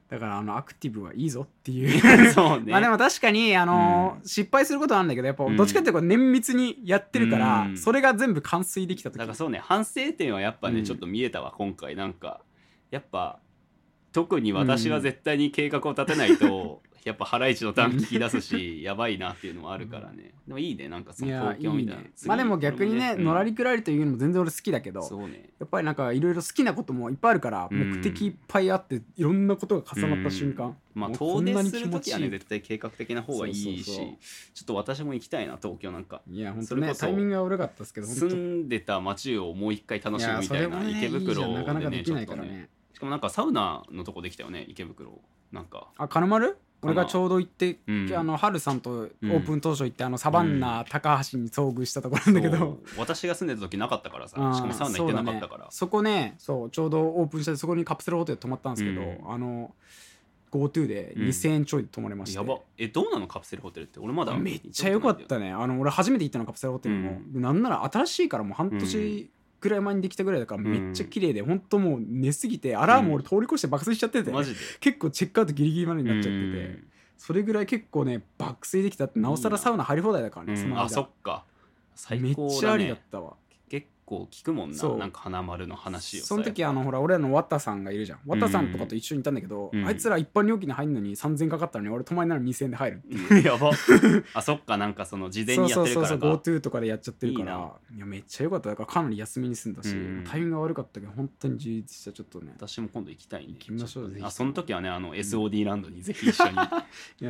Speaker 2: だからあのアクティブはいいぞっていう
Speaker 1: そうね
Speaker 2: まあでも確かに、あのー失敗することはあるんだけどやっぱ
Speaker 1: うん
Speaker 2: どっちかっていうと綿密にやってるから、
Speaker 1: うん
Speaker 2: それが全部完遂できた時
Speaker 1: だからそうね反省点はやっぱね、
Speaker 2: うん
Speaker 1: ちょっと見えたわ今回なんかやっぱ特に私は絶対に計画を立てない と、やっぱハライチのターン聞き出すしやばいなっていうのはあるからね、でもいいねなんかそ
Speaker 2: い
Speaker 1: の
Speaker 2: や
Speaker 1: 東
Speaker 2: い
Speaker 1: 京み
Speaker 2: い
Speaker 1: たいな
Speaker 2: ねまあでも逆にね、のらり
Speaker 1: く
Speaker 2: くらりというのも全然俺好きだけど
Speaker 1: そうね
Speaker 2: やっぱりなんかいろいろ好きなこともいっぱいあるから、
Speaker 1: うん
Speaker 2: 目的いっぱいあっていろんなことが重なった瞬間、
Speaker 1: まあ
Speaker 2: もう
Speaker 1: 遠出するときはね
Speaker 2: い
Speaker 1: 絶対計画的な方がいいし
Speaker 2: そうそうそう
Speaker 1: ちょっと私も行きたいな東京なんか
Speaker 2: いや本当
Speaker 1: それ
Speaker 2: ね
Speaker 1: こそ
Speaker 2: タイミングが悪かったですけど本当
Speaker 1: 住んでた街をもう一回楽しむみたいな
Speaker 2: やそれもね
Speaker 1: 池袋
Speaker 2: いいじゃんなかな
Speaker 1: で
Speaker 2: か
Speaker 1: ね
Speaker 2: で
Speaker 1: ち
Speaker 2: き
Speaker 1: ょ
Speaker 2: な
Speaker 1: っ
Speaker 2: い
Speaker 1: と
Speaker 2: から
Speaker 1: ね
Speaker 2: ね
Speaker 1: しかもなんかサウナのとこできたよね池袋なんか
Speaker 2: あ金丸俺がちょうど行って、
Speaker 1: うん
Speaker 2: あの春さんとオープン当初行って、あのサバンナ高橋に遭遇したところなんだけど、
Speaker 1: そう私が住んでた時なかったからさ
Speaker 2: あー
Speaker 1: しかもサウナ行ってなかったか
Speaker 2: そうだね
Speaker 1: ら
Speaker 2: そこねそうちょうどオープンしてそこにカプセルホテル泊まったんですけど、
Speaker 1: うん
Speaker 2: あの GoTo で2000円ちょいで泊まれました、
Speaker 1: やばえどうなのカプセルホテルって俺まだ
Speaker 2: めっちゃ良か
Speaker 1: 行
Speaker 2: っ
Speaker 1: たことないんだよ
Speaker 2: たねあの俺初めて行ったのカプセルホテルも、なんなら新しいからもう半年ぐらい前にできたぐらいだから
Speaker 1: うん
Speaker 2: めっちゃ綺麗で、ほんともう寝すぎてアラーム俺通り越して爆睡しちゃってて、
Speaker 1: マジで
Speaker 2: 結構チェックアウトギリギリまでになっちゃってて、
Speaker 1: うん
Speaker 2: それぐらい結構ね爆睡できたってなおさらサウナ入り放題だからね、
Speaker 1: うん
Speaker 2: その間
Speaker 1: あそっか最
Speaker 2: めっ
Speaker 1: 高
Speaker 2: ちゃ
Speaker 1: だ
Speaker 2: ありだっ
Speaker 1: ね
Speaker 2: たわ
Speaker 1: 結構聞くもん
Speaker 2: そ
Speaker 1: な
Speaker 2: う
Speaker 1: なんか花丸の話をさ
Speaker 2: その時あのほら俺らのワタさんがいるじゃんワタさんとかと一緒にいたんだけど、
Speaker 1: うん
Speaker 2: あいつら一般料金で入るのに3000かかったのに俺泊まりなら2000で入る
Speaker 1: や ばあそっかなんかその事前
Speaker 2: そう
Speaker 1: にや
Speaker 2: そ
Speaker 1: っ
Speaker 2: う
Speaker 1: てる
Speaker 2: そう
Speaker 1: か
Speaker 2: そう
Speaker 1: らか
Speaker 2: GoTo とかでやっちゃってるから
Speaker 1: いい
Speaker 2: いやめっちゃ良かっただからかなり休みに済んだし、
Speaker 1: うん
Speaker 2: タイミングが悪かったけど本当に充実したちょっとね
Speaker 1: 私も今度行きたいね
Speaker 2: 行きましょう
Speaker 1: ちっと
Speaker 2: ぜ
Speaker 1: ね
Speaker 2: ひ
Speaker 1: あその時はねあの SOD ランドにぜひ一緒に
Speaker 2: いや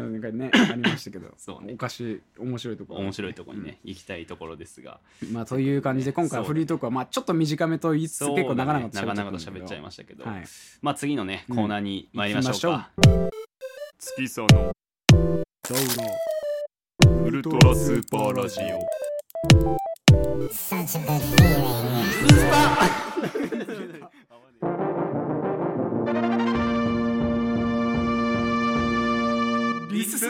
Speaker 2: なんかね ありましたけど
Speaker 1: そうね
Speaker 2: おかしい面白いところ
Speaker 1: 面白いとこにね行きたいところですが
Speaker 2: うんまあという感じで今回は
Speaker 1: そう
Speaker 2: フリートークはまあちょっと短めと言いつつ
Speaker 1: そうだね
Speaker 2: 結構長々と
Speaker 1: 長々と喋っちゃい
Speaker 2: ま
Speaker 1: ましたけど
Speaker 2: はい、
Speaker 1: まあ次のね
Speaker 2: うん
Speaker 1: コーナーに参りましょうか、月さの
Speaker 2: どう
Speaker 1: ウ
Speaker 2: ルトラスーパーラジ
Speaker 1: オ
Speaker 2: リスで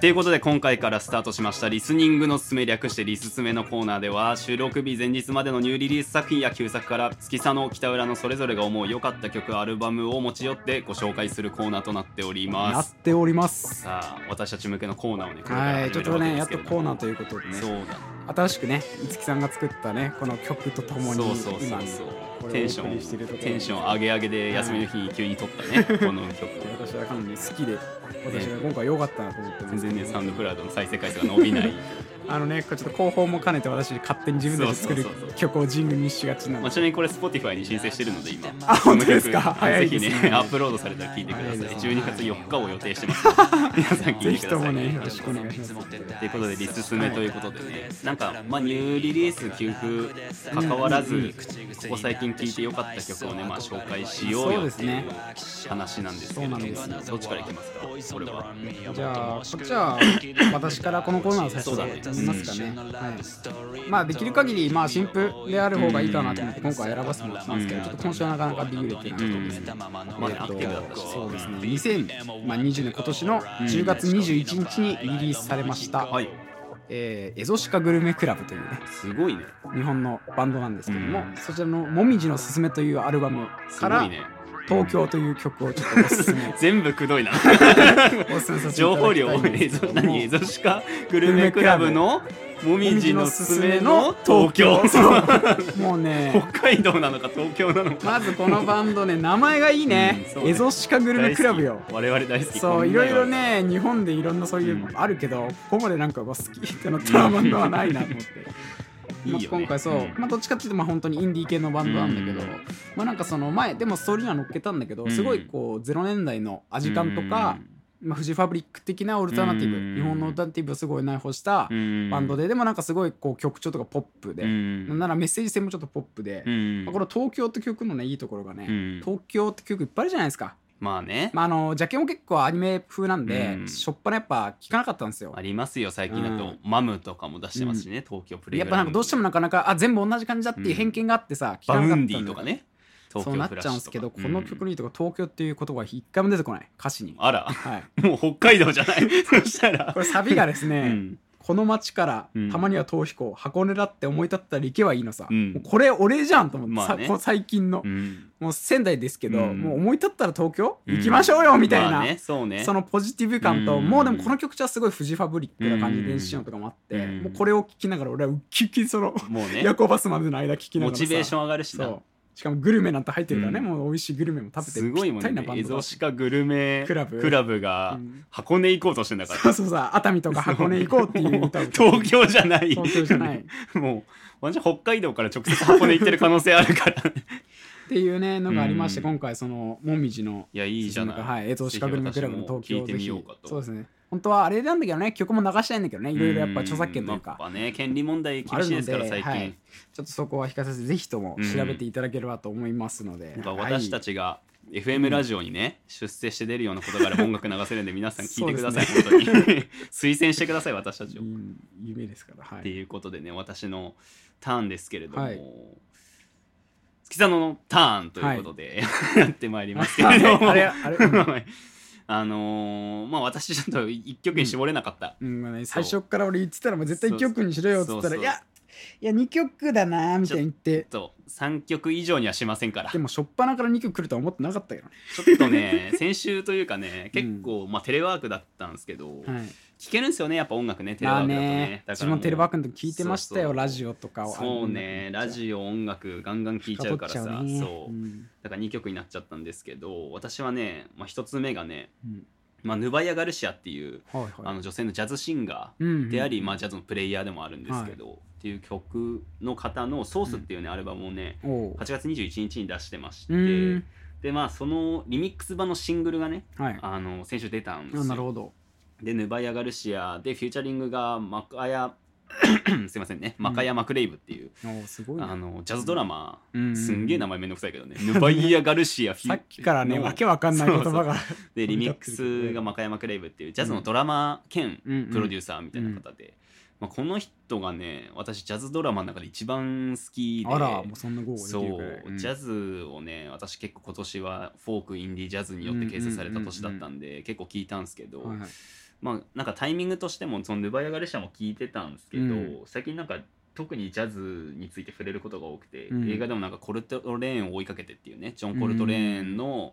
Speaker 1: ということで今回からスタートしましたリスニングのすすめ略してリスすめのコーナーでは収録日前日までのニューリリース作品や旧作から月佐の北浦のそれぞれが思う良かった曲アルバムを持ち寄ってご紹介するコーナーとなっており
Speaker 2: な
Speaker 1: ま
Speaker 2: っ
Speaker 1: す
Speaker 2: ております
Speaker 1: さあ私たち向けのコーナーをねこれから
Speaker 2: はい
Speaker 1: 始
Speaker 2: ちょ
Speaker 1: め
Speaker 2: っ
Speaker 1: るわけですけ
Speaker 2: とねやっと
Speaker 1: れど
Speaker 2: コーナ
Speaker 1: も
Speaker 2: ーということでね
Speaker 1: そうだ
Speaker 2: 新しくね五木さんが作ったねこの曲とともに
Speaker 1: そうそうそう
Speaker 2: 今これ
Speaker 1: そ
Speaker 2: を
Speaker 1: うテンシ
Speaker 2: お送りしてると
Speaker 1: ョ
Speaker 2: こ
Speaker 1: ン
Speaker 2: ろ
Speaker 1: テンション上げ上げで休みの日に急に撮ったね この曲
Speaker 2: 私はかなり好きで私が今回良かったなと思ってます
Speaker 1: 全然ねサウンドクラウドの再生回数が伸びない
Speaker 2: あのねこれちょっと広報も兼ねて私勝手に自分たちで作る
Speaker 1: そうそうそうそう
Speaker 2: 曲をジングルにしがちな
Speaker 1: ま
Speaker 2: の
Speaker 1: あ、ちなみにこれ Spotify に申請してるので今
Speaker 2: あ本当ですか
Speaker 1: この曲
Speaker 2: 早
Speaker 1: ぜ
Speaker 2: い
Speaker 1: ひ
Speaker 2: ですね
Speaker 1: ねアップロードされたら聴いてください
Speaker 2: 早いですね
Speaker 1: 12月4日を予定して ますので皆さん聴
Speaker 2: ぜ
Speaker 1: い
Speaker 2: ひ
Speaker 1: てく
Speaker 2: と
Speaker 1: ださ
Speaker 2: も
Speaker 1: い
Speaker 2: ねよ
Speaker 1: ね
Speaker 2: ろしくお願いします
Speaker 1: ということでリススメということでねなんか、まあ、ニューリリース給付関わらずここ最近聴いてよかった曲をね、まあ、紹介しようよっていう話なんですけど
Speaker 2: そうですね
Speaker 1: どっちからいきますかこれは
Speaker 2: じゃあこっちは私からこのコーナーをさせていただきますかね、はい、まあできる限りまあ新譜である方がいいかなと思って今回は選ばせてもらったんですけど、
Speaker 1: うん
Speaker 2: ちょっと今週はなかなかリグレてなと思って、
Speaker 1: ま
Speaker 2: え
Speaker 1: あ、
Speaker 2: っ
Speaker 1: ア
Speaker 2: と
Speaker 1: クティブだったし
Speaker 2: そうですね2020年今年の10月21日にリリースされました、
Speaker 1: はい
Speaker 2: えーエゾシカグルメクラブというね
Speaker 1: すごいね
Speaker 2: 日本のバンドなんですけども、
Speaker 1: うん
Speaker 2: そちらの「もみじのすすめ」というアルバム
Speaker 1: す
Speaker 2: か
Speaker 1: ご
Speaker 2: ら「
Speaker 1: いね
Speaker 2: 東京」という曲をちょっとおすす め
Speaker 1: 全部くどいな
Speaker 2: おすすめさせてい
Speaker 1: 情
Speaker 2: た
Speaker 1: 報
Speaker 2: だき
Speaker 1: 量
Speaker 2: たいん
Speaker 1: 何
Speaker 2: ですけども
Speaker 1: エゾシカグルメクラブのもみじのすすめの東京
Speaker 2: そう
Speaker 1: 北
Speaker 2: もうね
Speaker 1: 海道なのか東京なのか
Speaker 2: まずこのバンドね名前がいいね,、
Speaker 1: うんそうね
Speaker 2: エゾシカグルメクラブよ
Speaker 1: 大好き我々大好き
Speaker 2: そ
Speaker 1: こ
Speaker 2: うんい
Speaker 1: な
Speaker 2: ろ
Speaker 1: の
Speaker 2: いろね日本でいろんなそういう
Speaker 1: うん
Speaker 2: あるけど、ここまでなんかこう好きってなったバンドはないなと思って。
Speaker 1: いいよね
Speaker 2: まあ今回そう、
Speaker 1: うん
Speaker 2: まあどっちかっていうとまあ本当にインディー系のバンドなんだけど、
Speaker 1: うん
Speaker 2: まあなんかその前でもストーリーには乗っけたんだけど、
Speaker 1: うん
Speaker 2: すごいこう0年代のアジカンとか、まあ、フジファブリック的なオルタナティブ、
Speaker 1: うん
Speaker 2: 日本のオルタナティブをすごい内包した
Speaker 1: うん
Speaker 2: バンドで、でもなんかすごいこう曲調とかポップで、
Speaker 1: うん
Speaker 2: なんならメッセージ性もちょっとポップで、
Speaker 1: うん
Speaker 2: まあこの東京って曲のねいいところがね、
Speaker 1: うん
Speaker 2: 東京って曲いっぱいあるじゃないですか。
Speaker 1: まあね
Speaker 2: まあ、あのジャケも結構アニメ風なんで、
Speaker 1: うん
Speaker 2: しょっぱなやっぱ聞かなかったんですよ
Speaker 1: あ。りますよ最近だ
Speaker 2: う
Speaker 1: と
Speaker 2: ん
Speaker 1: マムとかも出してますしね東京プレイ
Speaker 2: やっ
Speaker 1: グ
Speaker 2: ぱ
Speaker 1: ラウ
Speaker 2: なんか
Speaker 1: ンド
Speaker 2: どうしてもなかなかあ全部同じ感じだっていう偏見があってさ、聞か
Speaker 1: バ
Speaker 2: なかった
Speaker 1: ウ
Speaker 2: ん
Speaker 1: ン
Speaker 2: だ
Speaker 1: デ
Speaker 2: よ
Speaker 1: ィとかね東
Speaker 2: そう
Speaker 1: 京
Speaker 2: なっ
Speaker 1: フラッ
Speaker 2: ち
Speaker 1: シ
Speaker 2: ゃ
Speaker 1: ュと
Speaker 2: うん
Speaker 1: か
Speaker 2: ですけど、この曲
Speaker 1: うん
Speaker 2: にとか東京っていう言葉が一回も出てこない歌詞に、
Speaker 1: あら
Speaker 2: はい、
Speaker 1: もう北海道じゃない そしたら
Speaker 2: これサビがですね、
Speaker 1: うん
Speaker 2: この街から
Speaker 1: うん
Speaker 2: たまには逃避行箱根だって思い立ったら行けばいいのさ、
Speaker 1: うん
Speaker 2: もうこれ俺じゃんと思って、
Speaker 1: まあ
Speaker 2: さ
Speaker 1: ね
Speaker 2: こう最近の、
Speaker 1: うん
Speaker 2: もう仙台ですけど、
Speaker 1: うん
Speaker 2: もう思い立ったら東京、
Speaker 1: うん
Speaker 2: 行きましょうよみたいな、
Speaker 1: まあねそうね
Speaker 2: そのポジティブ感と、
Speaker 1: うん
Speaker 2: もうでもこの曲調はすごいフジファブリックな感じ
Speaker 1: うん
Speaker 2: で電子音とかもあって、
Speaker 1: うん
Speaker 2: もうこれを聴きながら俺はウッキウキその、
Speaker 1: もうね
Speaker 2: 夜行バスまでの間聴きなが
Speaker 1: モ
Speaker 2: ら
Speaker 1: チベーショ
Speaker 2: ン
Speaker 1: ン上がるし
Speaker 2: そ
Speaker 1: な
Speaker 2: うしかもグルメなんて入ってるからね、
Speaker 1: うん
Speaker 2: もう美味しいグルメも食べて
Speaker 1: すごいもん
Speaker 2: ぴったりな
Speaker 1: ね
Speaker 2: バ
Speaker 1: エ
Speaker 2: ンド
Speaker 1: ゾ
Speaker 2: だ
Speaker 1: シ
Speaker 2: し
Speaker 1: カグルメ
Speaker 2: クラブ
Speaker 1: が
Speaker 2: うん
Speaker 1: 箱根行こうとしてんだか
Speaker 2: そう
Speaker 1: ら
Speaker 2: そうさ熱海とか箱根行こうっていう
Speaker 1: もう
Speaker 2: 歌を
Speaker 1: 東京じゃない
Speaker 2: 東京じゃないっ
Speaker 1: もう私北海道から直接箱根行ってる可能性あるから い
Speaker 2: ていうねのがありまして、
Speaker 1: うん
Speaker 2: 今回そのもみじの
Speaker 1: やいいじゃない、
Speaker 2: はい、江戸シカグルメクラブの東京を
Speaker 1: ぜ
Speaker 2: ぜ
Speaker 1: ひ私
Speaker 2: ひ
Speaker 1: も聞いてみようかと
Speaker 2: そうですね本当はあれなんだけどね曲も流したいんだけどねいろいろやっぱ著作権というか
Speaker 1: うんやっぱね権利問題厳しいですから最近、
Speaker 2: はいちょっとそこは引かさずぜひとも調べていただければと思いますので、
Speaker 1: やっぱ私た
Speaker 2: ち
Speaker 1: ちが FM ラジオにね、出世して出るようなことがあれば音楽流せるんで皆さん聞いてください、
Speaker 2: そう
Speaker 1: 本当に 推薦してください私たちを
Speaker 2: 夢ですからは
Speaker 1: って
Speaker 2: い
Speaker 1: いうことでね私のターンですけれども、
Speaker 2: はい
Speaker 1: 月さんのターンということで、やってまいりますけ
Speaker 2: あ
Speaker 1: れども
Speaker 2: あれあれ、
Speaker 1: はいあのーまあ私ちょっと一曲に絞れなかった、
Speaker 2: うんまあね、最初から俺言ってたらもう絶対1曲にしろよっつった
Speaker 1: そう
Speaker 2: ら
Speaker 1: そう
Speaker 2: いやいや2曲だなーみたいに言って
Speaker 1: と3曲以上にはしませんからち
Speaker 2: でも初っ端から2曲来るとは思ってなかったけどね、
Speaker 1: ょっと ね先週というかね結構、まあテレワークだったんですけど、
Speaker 2: はい、
Speaker 1: 聞けるんですよねやっぱ音楽ね テレ
Speaker 2: ま
Speaker 1: ワー
Speaker 2: あ
Speaker 1: クだとね
Speaker 2: ね
Speaker 1: だ
Speaker 2: 自
Speaker 1: からもう
Speaker 2: 分テレワークの時聞いてました
Speaker 1: そ
Speaker 2: よ
Speaker 1: うそう
Speaker 2: ラジオとかを
Speaker 1: そうねラジオ音楽ガンガン聞いちゃうからさ、そうだから2曲になっちゃったんですけど私はね、まあ、1つ目がね、まあ、ヌバイア・ガルシアっていう
Speaker 2: はいはい
Speaker 1: あの女性のジャズシンガ
Speaker 2: うんう
Speaker 1: ー
Speaker 2: ん
Speaker 1: であり、まあ、ジャズのプレイヤーでもあるんですけど、っていう曲の方の「ソースっていうね、アルバムをね
Speaker 2: おう
Speaker 1: 8月21日に出してまし
Speaker 2: う
Speaker 1: て
Speaker 2: ーん
Speaker 1: でまあそのリミックス版のシングルがね
Speaker 2: はいあ
Speaker 1: あの先週出たんですよ
Speaker 2: なるほど
Speaker 1: でヌバイア・ガルシアでフューチャリングがマカヤ すいませんねマカヤ・マクレイブっていう、
Speaker 2: おうすごいね
Speaker 1: あのジャズドラマ、
Speaker 2: うん
Speaker 1: すんげえ名前めんどくさいけどね、ヌバイア・ガルシアフュ
Speaker 2: さっきからね
Speaker 1: の
Speaker 2: わけわかんない言葉が
Speaker 1: でリミックスがマカヤマクレイブっていうジャズのドラマ兼
Speaker 2: うんうん
Speaker 1: プロデューサーみたいな方で、まあ、この人がね私ジャズドラマの中で一番好きで
Speaker 2: あらもうそんな豪語で
Speaker 1: そ
Speaker 2: きる
Speaker 1: う
Speaker 2: ぐらい、
Speaker 1: ジャズをね私結構今年はフォークインディージャズによって形成された年だったんで、結構聞いたんですけど、
Speaker 2: うんはいはい
Speaker 1: まあなんかタイミングとしてもそのヌバヤガレシアも聞いてたんですけど、
Speaker 2: うん
Speaker 1: 最近なんか特にジャズについて触れることが多くて、
Speaker 2: うん
Speaker 1: 映画でもなんかコルトレーンを追いかけてっていうねジョン・コルトレーンの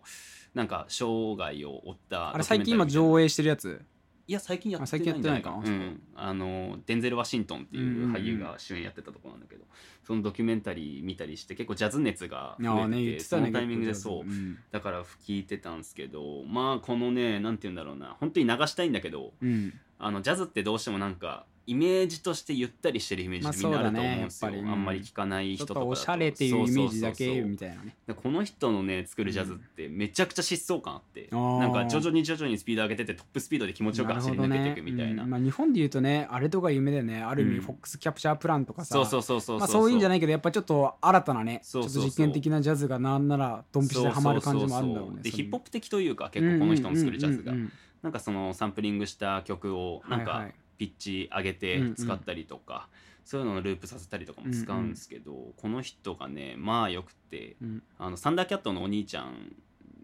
Speaker 1: なんか生涯を追った
Speaker 2: あれ最近今
Speaker 1: 映
Speaker 2: 上映してるやつ
Speaker 1: いや最近やってないんじゃないかな
Speaker 2: あ
Speaker 1: あ
Speaker 2: 最近やってな
Speaker 1: う
Speaker 2: い
Speaker 1: ん、あのデンゼル・ワシントンっていう俳優
Speaker 2: うん
Speaker 1: が主演やってたとこなんだけど、そのドキュメンタリー見たりして結構ジャズ熱が
Speaker 2: ああ
Speaker 1: 増えて
Speaker 2: ね
Speaker 1: て
Speaker 2: 言ってた
Speaker 1: そ
Speaker 2: ね
Speaker 1: のタイミングで
Speaker 2: 結構
Speaker 1: そう
Speaker 2: うん
Speaker 1: だから聞いてたんですけどまあこのねなんて言うんだろうな本当に流したいんだけど
Speaker 2: うん
Speaker 1: あのジャズってどうしてもなんかイメージとしてゆったりしてるイメー
Speaker 2: まあ
Speaker 1: ジにみんなあると思うんですよ、
Speaker 2: そうだねやっぱり
Speaker 1: あんまり聞かない
Speaker 2: ち
Speaker 1: 人
Speaker 2: ょっ
Speaker 1: とかだ
Speaker 2: とおしゃれっていうイメージだ
Speaker 1: そうそう
Speaker 2: け
Speaker 1: そうそう
Speaker 2: みたいなね。
Speaker 1: でこの人のね作るジャズってめちゃくちゃ疾走感あって、
Speaker 2: あー
Speaker 1: なんか徐々に徐々にスピード上げてってトップスピードで気持ちよく
Speaker 2: なる
Speaker 1: 走
Speaker 2: ほ
Speaker 1: り
Speaker 2: ど
Speaker 1: 抜け
Speaker 2: ね
Speaker 1: ていくみたいな
Speaker 2: うんまあ、日本で言うとねあれとか夢だよねある
Speaker 1: う
Speaker 2: 意味
Speaker 1: ん
Speaker 2: フォックスキャプチャープランとかさ、
Speaker 1: そうそうそうそう
Speaker 2: まあ、そういうんじゃないいけどやっぱちょっと新たなね
Speaker 1: そうそうそう
Speaker 2: ちょっと実験的なジャズがなんならドンピシャでハマる感じもあるんだろうね。
Speaker 1: で
Speaker 2: そ
Speaker 1: ヒ
Speaker 2: れ
Speaker 1: ップホップ的というか結構この人の作るジャズが
Speaker 2: うんうんうん
Speaker 1: なんかそのサンプリングした曲を
Speaker 2: うん
Speaker 1: なん
Speaker 2: はい
Speaker 1: か
Speaker 2: はい
Speaker 1: ピッチ上げて使ったりとか、そういうのをループさせたりとかも使うんですけど、この人がねまあよくて
Speaker 2: うん
Speaker 1: あのサンダーキャットのお兄ちゃん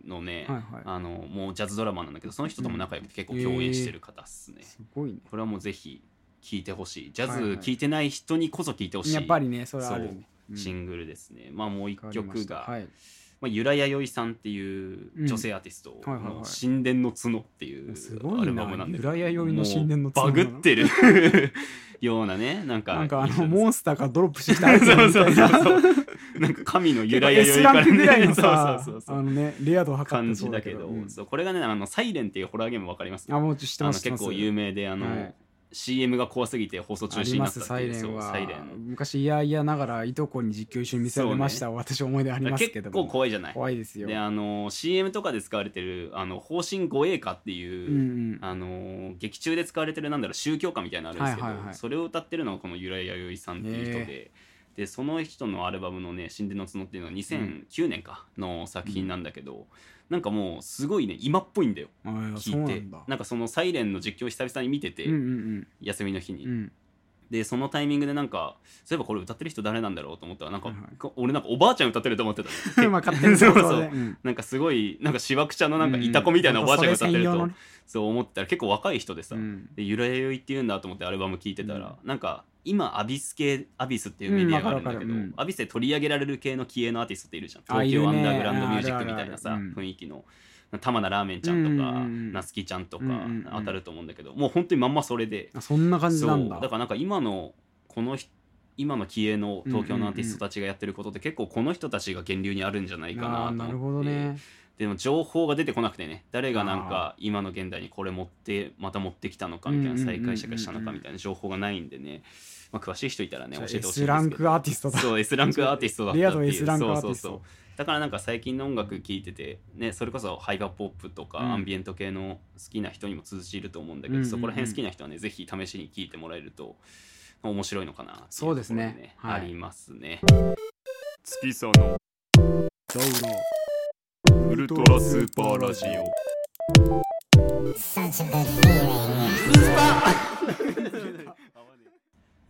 Speaker 1: のね、
Speaker 2: はいはい
Speaker 1: あのもうジャズドラマーなんだけどその人とも仲良く結構共演してる方っすね、
Speaker 2: すごいね。
Speaker 1: これはもうぜひ聴いてほしいジャ
Speaker 2: はいはい
Speaker 1: ズ聴いてない人にこそ聴いてほしい、
Speaker 2: やっぱりねそれはあるよね。うん
Speaker 1: シングルですね、まあもう一
Speaker 2: わかりま
Speaker 1: 曲
Speaker 2: した
Speaker 1: が、
Speaker 2: はい、
Speaker 1: まあ、ゆらやよいさんっていう女性アーティスト
Speaker 2: うんはいはいはい
Speaker 1: の「神殿の角」っていう
Speaker 2: すごいな
Speaker 1: アルバムなんで
Speaker 2: ゆらやよいの神殿の角
Speaker 1: もうバ
Speaker 2: な
Speaker 1: グ
Speaker 2: の
Speaker 1: ってる ようなねなんか
Speaker 2: なんかあ
Speaker 1: いい人
Speaker 2: の
Speaker 1: です
Speaker 2: モンスターからドロップしてきた
Speaker 1: そう
Speaker 2: みたいな
Speaker 1: そうそうそうなんか神のゆらやよい
Speaker 2: 結構 S
Speaker 1: か
Speaker 2: ラ
Speaker 1: ら
Speaker 2: ンクぐらい
Speaker 1: ね
Speaker 2: のさ
Speaker 1: そうそうそう
Speaker 2: あ
Speaker 1: そう
Speaker 2: のねレア度を測っ
Speaker 1: 感
Speaker 2: てそ
Speaker 1: じ
Speaker 2: う
Speaker 1: だけど、
Speaker 2: うん
Speaker 1: そうこれがねあの「サイレンっていうホラーゲームわかります
Speaker 2: あもう知って
Speaker 1: あの
Speaker 2: ます知って
Speaker 1: 結
Speaker 2: ます
Speaker 1: 構有名であの、
Speaker 2: はい
Speaker 1: CM が怖すぎて放送中
Speaker 2: あ
Speaker 1: 止
Speaker 2: り
Speaker 1: に
Speaker 2: ま
Speaker 1: なった
Speaker 2: す
Speaker 1: って
Speaker 2: サ
Speaker 1: い
Speaker 2: イ
Speaker 1: う
Speaker 2: レン
Speaker 1: そう
Speaker 2: は
Speaker 1: サイレン
Speaker 2: 昔いやいやながらいとこに実況一緒に見せられました、私思い出ありますけ
Speaker 1: 結
Speaker 2: ど
Speaker 1: 構
Speaker 2: も
Speaker 1: 怖いじゃない
Speaker 2: 怖いですよ
Speaker 1: であの CM とかで使われてるあの方針護衛歌っていう、
Speaker 2: うん
Speaker 1: あの劇中で使われてるなんだろう宗教歌みたいなのあるんですけど、
Speaker 2: はいはいはい
Speaker 1: それを歌ってるのがこのゆらやよいさんっていう人で。でその人のアルバムのね「神殿の角」っていうのは2009年かの作品なんだけど、なんかもうすごいね今っぽいんだよ
Speaker 2: うんあそう
Speaker 1: 聞い
Speaker 2: な
Speaker 1: て
Speaker 2: んだ
Speaker 1: んかその「サイレンの実況を久々に見てて、
Speaker 2: うんうん
Speaker 1: 休みの日に、
Speaker 2: うんうん
Speaker 1: でそのタイミングでなんかそういえばこれ歌ってる人誰なんだろうと思ったらなんか、
Speaker 2: はいは
Speaker 1: 俺なんかおばあちゃん歌ってると思 ってたの
Speaker 2: まあ勝手に
Speaker 1: そう
Speaker 2: 想
Speaker 1: そう
Speaker 2: 像でうん
Speaker 1: なんかすごいなんかしわくちゃのなんか
Speaker 2: うん
Speaker 1: いた子みたいなおばあちゃんが歌ってると、
Speaker 2: なんかそれ専用のね
Speaker 1: そう思ってたら結構若い人でさ、
Speaker 2: うん
Speaker 1: でゆらやよいっていうんだと思ってアルバム聴いてたら、なんか今アビス系アビスっていうメディアがあるんだけど、
Speaker 2: うんわかるわかるうん
Speaker 1: アビスで取り上げられる系の気鋭のアーティストっているじゃん
Speaker 2: あ
Speaker 1: 東
Speaker 2: いる
Speaker 1: 京
Speaker 2: ね
Speaker 1: アンダーグラウンドミュージックみたいなさ、
Speaker 2: あるあるあるうん
Speaker 1: 雰囲気の玉名ラーメンちゃんとか、
Speaker 2: うんうんうん
Speaker 1: なつきちゃんとか
Speaker 2: うんうんうん
Speaker 1: 当たると思うんだけど、もう本当にまんまそれで、
Speaker 2: あそんな感じなんだ
Speaker 1: そうだからなんか今のこの人今の気鋭の東京のアーティストたちがやってることって結構この人たちが源流にあるんじゃないかなと思
Speaker 2: あー
Speaker 1: って
Speaker 2: なるほどね
Speaker 1: でも情報が出てこなくてね誰がなんか今の現代にこれ持ってまた持ってきたのかみたい
Speaker 2: うん
Speaker 1: な
Speaker 2: うんうん
Speaker 1: 再解釈したのかみたいな情報がないんでね、まあ、詳しい人いたらね教
Speaker 2: じゃあ
Speaker 1: えてほしい
Speaker 2: S
Speaker 1: ん
Speaker 2: ラ
Speaker 1: です
Speaker 2: ン
Speaker 1: け
Speaker 2: ク
Speaker 1: ど
Speaker 2: アーティストだ
Speaker 1: そう S ランクアーティストだった
Speaker 2: レア
Speaker 1: って
Speaker 2: 度
Speaker 1: いう
Speaker 2: S ランクアーテ
Speaker 1: そうそ
Speaker 2: ィス
Speaker 1: うそう
Speaker 2: ト
Speaker 1: だからなんか最近の音楽聴いてて、ね、それこそハイパーポップとか
Speaker 2: うん
Speaker 1: アンビエント系の好きな人にも通じると思うんだけど、
Speaker 2: うんうんうん
Speaker 1: そこら辺好きな人はねぜひ試しに聴いてもらえると面白いのかなっていところ
Speaker 2: そうですねはい
Speaker 1: ありますね。
Speaker 3: 月さの
Speaker 2: ドウロ
Speaker 3: ウルトラスーパーラジオ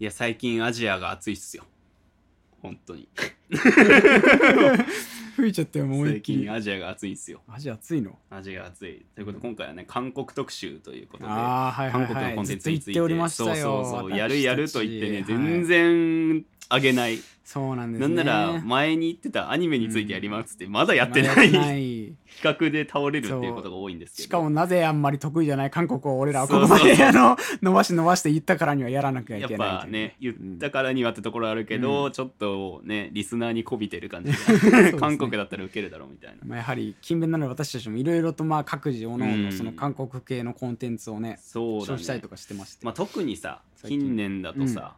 Speaker 1: いや最近アジアが熱いっすよ本当に
Speaker 2: 吹いちゃったよもう
Speaker 1: 最
Speaker 2: 一気
Speaker 1: 近
Speaker 2: に
Speaker 1: アジアが熱いっすよ
Speaker 2: マジ熱いの
Speaker 1: アジアが熱いということで今回はね韓国特集ということで
Speaker 2: ああはいは
Speaker 1: 韓
Speaker 2: い
Speaker 1: 国
Speaker 2: は
Speaker 1: のコン
Speaker 2: い
Speaker 1: テン
Speaker 2: ずっ
Speaker 1: ツ
Speaker 2: と
Speaker 1: につ
Speaker 2: 言っ
Speaker 1: いて
Speaker 2: ておりましたよ
Speaker 1: そうそうそうやるやると言ってね
Speaker 2: 私たち
Speaker 1: 全然あげない、
Speaker 2: そうなんです
Speaker 1: な
Speaker 2: ね
Speaker 1: んなら前に言ってたアニメについてやりますってまだやってない,、
Speaker 2: まだやってない
Speaker 1: 企画で倒れるっていうことが多いんですけど
Speaker 2: しかもなぜあんまり得意じゃない韓国を俺らはこ
Speaker 1: そ
Speaker 2: こ
Speaker 1: う
Speaker 2: ま
Speaker 1: そうそう
Speaker 2: であの伸ばし伸ばして言ったからにはやらなきゃい
Speaker 1: やっ
Speaker 2: けない
Speaker 1: ぱ
Speaker 2: という
Speaker 1: ね言ったからにはってところあるけど、
Speaker 2: う
Speaker 1: ちょっとねリスナーにこびてる感じ が、
Speaker 2: ですね
Speaker 1: 韓国だったらウケるだろうみたいな
Speaker 2: まあやはり勤勉なので私たちもいろいろとまあ各自おの
Speaker 1: うん
Speaker 2: のその韓国系のコンテンツをね
Speaker 1: そう
Speaker 2: 視
Speaker 1: だ
Speaker 2: 聴した
Speaker 1: ね
Speaker 2: りとかしてまして、
Speaker 1: まあ、特にさ
Speaker 2: 最近
Speaker 1: 近年だと
Speaker 2: うん
Speaker 1: さ、まあ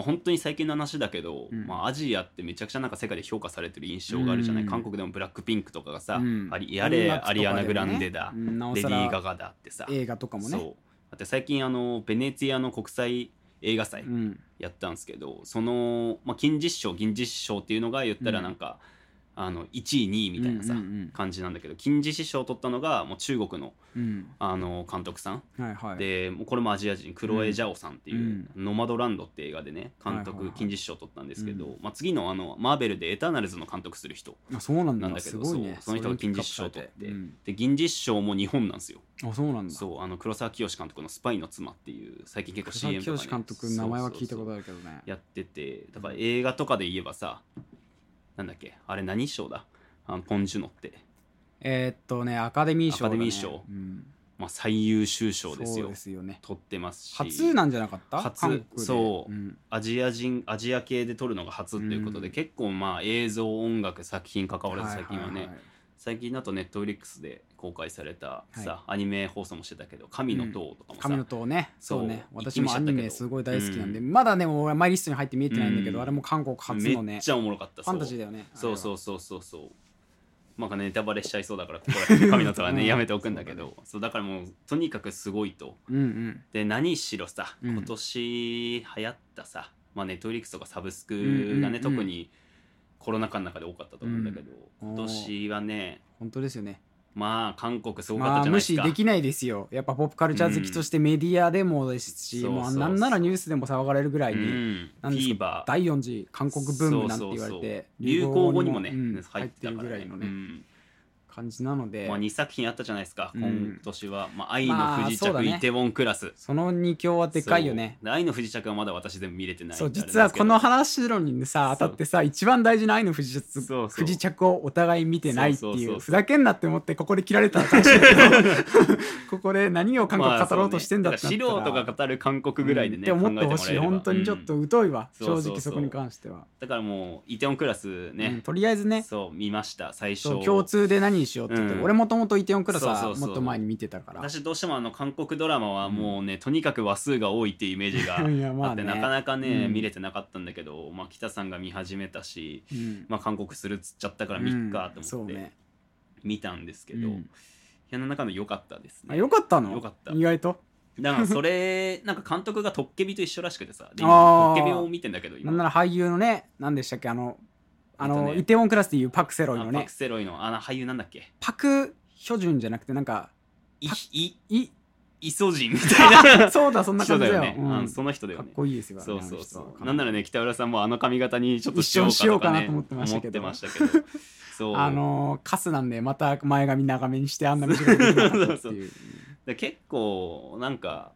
Speaker 1: 本当に最近の話だけど、
Speaker 2: うん
Speaker 1: まあ、アジアってめちゃくちゃなんか世界で評価されてる印象があるじゃない、
Speaker 2: うん
Speaker 1: 韓国でもブラックピンクとかがさ、
Speaker 2: うん
Speaker 1: ありやれ
Speaker 2: 音楽と
Speaker 1: ア
Speaker 2: かでも
Speaker 1: リ
Speaker 2: ね
Speaker 1: アナ・グランデだ、
Speaker 2: うんなお
Speaker 1: レデ
Speaker 2: さ
Speaker 1: ィー・ガ
Speaker 2: ら
Speaker 1: ガだってさ、
Speaker 2: 映画とかもね
Speaker 1: そうだって最近あのベネツィアの国際映画祭
Speaker 2: うん
Speaker 1: やったんですけどその、まあ、金実賞銀実賞っていうのが言ったら
Speaker 2: うん
Speaker 1: なんか、あの1位2位みたいなさ、
Speaker 2: うんうん
Speaker 1: 感じなんだけど金獅子賞を取ったのがもう中国の
Speaker 2: うん
Speaker 1: あの監督さん
Speaker 2: うんはいはい
Speaker 1: でもうこれもアジア人クロエ・ジャオさんっていう「
Speaker 2: う
Speaker 1: ノマドランド」って映画でね監
Speaker 2: はいはい
Speaker 1: 督
Speaker 2: はい
Speaker 1: 金獅子賞を取ったんですけど、
Speaker 2: う
Speaker 1: まあ、次のあのマーベルで「エターナルズ」の監督する人
Speaker 2: あそうなんだ
Speaker 1: なんだけど
Speaker 2: すごいね
Speaker 1: そうその人が金獅子賞を
Speaker 2: それ
Speaker 1: 取
Speaker 2: に
Speaker 1: って、
Speaker 2: ピックアップさ
Speaker 1: で銀獅子賞も日本なんですよ
Speaker 2: れてうんあそうなんだ
Speaker 1: そうあの黒沢清監督の「スパイの妻」っていう最近結構
Speaker 2: 黒沢
Speaker 1: CM とか、ね、
Speaker 2: 清監督名前は聞いた
Speaker 1: そうそうそ
Speaker 2: こ
Speaker 1: う
Speaker 2: とあるけどね
Speaker 1: やっててだから映画とかで言えばさなんだっけあれ何賞だあのポン・ジュノって、
Speaker 2: えーっとねアカデミー賞だね
Speaker 1: アカデミー賞
Speaker 2: うん
Speaker 1: まあ、最優秀賞です
Speaker 2: そ
Speaker 1: よ
Speaker 2: うですよね
Speaker 1: 取ってますし
Speaker 2: 初なんじゃなかった
Speaker 1: 初
Speaker 2: 韓国で
Speaker 1: そう
Speaker 2: うん
Speaker 1: アジア人アジア系で撮るのが初っていうことで、
Speaker 2: うん
Speaker 1: 結構まあ映像音楽作品関わらず最近はね、
Speaker 2: いいい
Speaker 1: 最近だとネットフリックスで公開されたさ、
Speaker 2: は
Speaker 1: アニメ放送もしてたけど「神の塔」とかもさ、
Speaker 2: 神の塔ねそうね
Speaker 1: そう
Speaker 2: 私もアニ
Speaker 1: 一気
Speaker 2: メ
Speaker 1: 見しちゃったけど
Speaker 2: すごい大好きなんで、まだね俺はマイリストに入って見えてないんだけ
Speaker 1: う
Speaker 2: ど、
Speaker 1: ん
Speaker 2: あれも韓国初の
Speaker 1: め
Speaker 2: ね
Speaker 1: っ
Speaker 2: フ
Speaker 1: ちゃおもろかった
Speaker 2: ァンタジーだ
Speaker 1: よ
Speaker 2: よね
Speaker 1: そうそううそうそうそうなんかネタバレしちゃいそうだからここら辺で神の塔は
Speaker 2: う
Speaker 1: ね
Speaker 2: ん
Speaker 1: やめておくんだけどそうだからもうとにかくすごいと
Speaker 2: うんうん
Speaker 1: で何しろさ
Speaker 2: うん
Speaker 1: 今年流行ったさ、まあ、ネットフリックスとかサブスク
Speaker 2: うん
Speaker 1: が
Speaker 2: うん
Speaker 1: ね、
Speaker 2: うん
Speaker 1: 特にコロナ禍の中で多かったと思うんだけど、
Speaker 2: うん
Speaker 1: 今年はね
Speaker 2: 本当ですよね
Speaker 1: まあ韓国すごかっ
Speaker 2: ま
Speaker 1: た
Speaker 2: あ
Speaker 1: じゃない
Speaker 2: 無
Speaker 1: です
Speaker 2: 視
Speaker 1: か、
Speaker 2: できないですよやっぱポップカルチャー好きとしてメディアでもですし、
Speaker 1: うん
Speaker 2: もう
Speaker 1: そうそう
Speaker 2: なんならニュースでも騒がれるぐらいに、
Speaker 1: う、
Speaker 2: なん
Speaker 1: フ
Speaker 2: んです
Speaker 1: ィ
Speaker 2: か
Speaker 1: ーバー
Speaker 2: 第4次韓国ブームなんて言われ
Speaker 1: そうそうそう
Speaker 2: て
Speaker 1: 流行語にもね、
Speaker 2: うん
Speaker 1: 入
Speaker 2: 入
Speaker 1: っ
Speaker 2: ってて
Speaker 1: た
Speaker 2: る
Speaker 1: か
Speaker 2: ぐ
Speaker 1: ら
Speaker 2: ら
Speaker 1: ね
Speaker 2: いの
Speaker 1: う
Speaker 2: ね、
Speaker 1: ん
Speaker 2: 感じなので、
Speaker 1: まあ、2作品あったじゃないですか、
Speaker 2: うん
Speaker 1: 今年は、まあ「愛
Speaker 2: ま
Speaker 1: の
Speaker 2: あ
Speaker 1: 不時
Speaker 2: そうだ
Speaker 1: 着、
Speaker 2: ね
Speaker 1: イテウォンクラス」
Speaker 2: その2強はでかいよね
Speaker 1: そうで愛の不時着はまだ私全部見れてない
Speaker 2: そう
Speaker 1: あれなんです
Speaker 2: 実は
Speaker 1: けど
Speaker 2: この話論にさ
Speaker 1: そう
Speaker 2: 当たってさ一番大事な愛の不時着
Speaker 1: そうそう
Speaker 2: 不時着をお互い見てないって
Speaker 1: そうそうそうそ
Speaker 2: いううふざけんなって思ってここで切られたら大 変だけどここで何を韓
Speaker 1: まあ
Speaker 2: 国語ろうとしてんだって
Speaker 1: そうねだから素人が語る韓国ぐらいでね、
Speaker 2: って思ってほ
Speaker 1: 考
Speaker 2: し
Speaker 1: え
Speaker 2: い
Speaker 1: もらえれば
Speaker 2: 本当にちょっ
Speaker 1: うん
Speaker 2: と疎いわ、
Speaker 1: うんそうそうそう
Speaker 2: 正直そこに関しては、
Speaker 1: だからもうイテウォンクラスね、
Speaker 2: うんとりあえずね
Speaker 1: そう見ました最初
Speaker 2: そう共通で何にしようって言って、
Speaker 1: うん
Speaker 2: 俺もともとイテオンクラス
Speaker 1: そう
Speaker 2: は
Speaker 1: そうそう
Speaker 2: もっと前に見てたから
Speaker 1: 私どうしてもあの韓国ドラマはもうね、とにかく話数が多いっていうイメージが
Speaker 2: いや ま
Speaker 1: あ
Speaker 2: あ
Speaker 1: って
Speaker 2: ね
Speaker 1: なかなかね、
Speaker 2: うん
Speaker 1: 見れてなかったんだけど、まあ、北さんが見始めたし、
Speaker 2: うん
Speaker 1: まあ、韓国するっつっちゃったから見っか
Speaker 2: う
Speaker 1: と
Speaker 2: んそ
Speaker 1: 思
Speaker 2: う
Speaker 1: って
Speaker 2: ね、
Speaker 1: 見たんですけど、
Speaker 2: う
Speaker 1: い
Speaker 2: ん
Speaker 1: やなんだかんだ良かったです
Speaker 2: あ
Speaker 1: ね
Speaker 2: よかったの
Speaker 1: よかった
Speaker 2: 意外と
Speaker 1: だからそれなんか監督がトッケビと一緒らしくてさで
Speaker 2: あ
Speaker 1: 今
Speaker 2: ー
Speaker 1: トッケビを見てんだけど
Speaker 2: な
Speaker 1: 今
Speaker 2: んなら俳優のね何でしたっけあの
Speaker 1: え
Speaker 2: あ
Speaker 1: っ
Speaker 2: の、
Speaker 1: とね
Speaker 2: イテウォンクラスでいうパク・セロイの
Speaker 1: あパ
Speaker 2: ね
Speaker 1: クセロイのあの俳優なんだっけ
Speaker 2: パク・ヒョジュンじゃなくてなんか
Speaker 1: イ
Speaker 2: パ
Speaker 1: イ
Speaker 2: イ
Speaker 1: イソジンみたいな
Speaker 2: そう だそんな
Speaker 1: 人
Speaker 2: 感じ
Speaker 1: だ
Speaker 2: だ
Speaker 1: よ
Speaker 2: よ
Speaker 1: ね、
Speaker 2: うん
Speaker 1: あのその人だよ
Speaker 2: かっ
Speaker 1: ね
Speaker 2: こいいですよね
Speaker 1: そうそうそ
Speaker 2: あの人
Speaker 1: うなんならね北浦さんもあの髪型にちょっと
Speaker 2: 一緒にしようかなと思ってました
Speaker 1: 思っ
Speaker 2: け
Speaker 1: て
Speaker 2: ど
Speaker 1: ましたけどそう
Speaker 2: あのカスなんでまた前髪長めにしてあんな短くできなかっ たっていう
Speaker 1: で結構なんか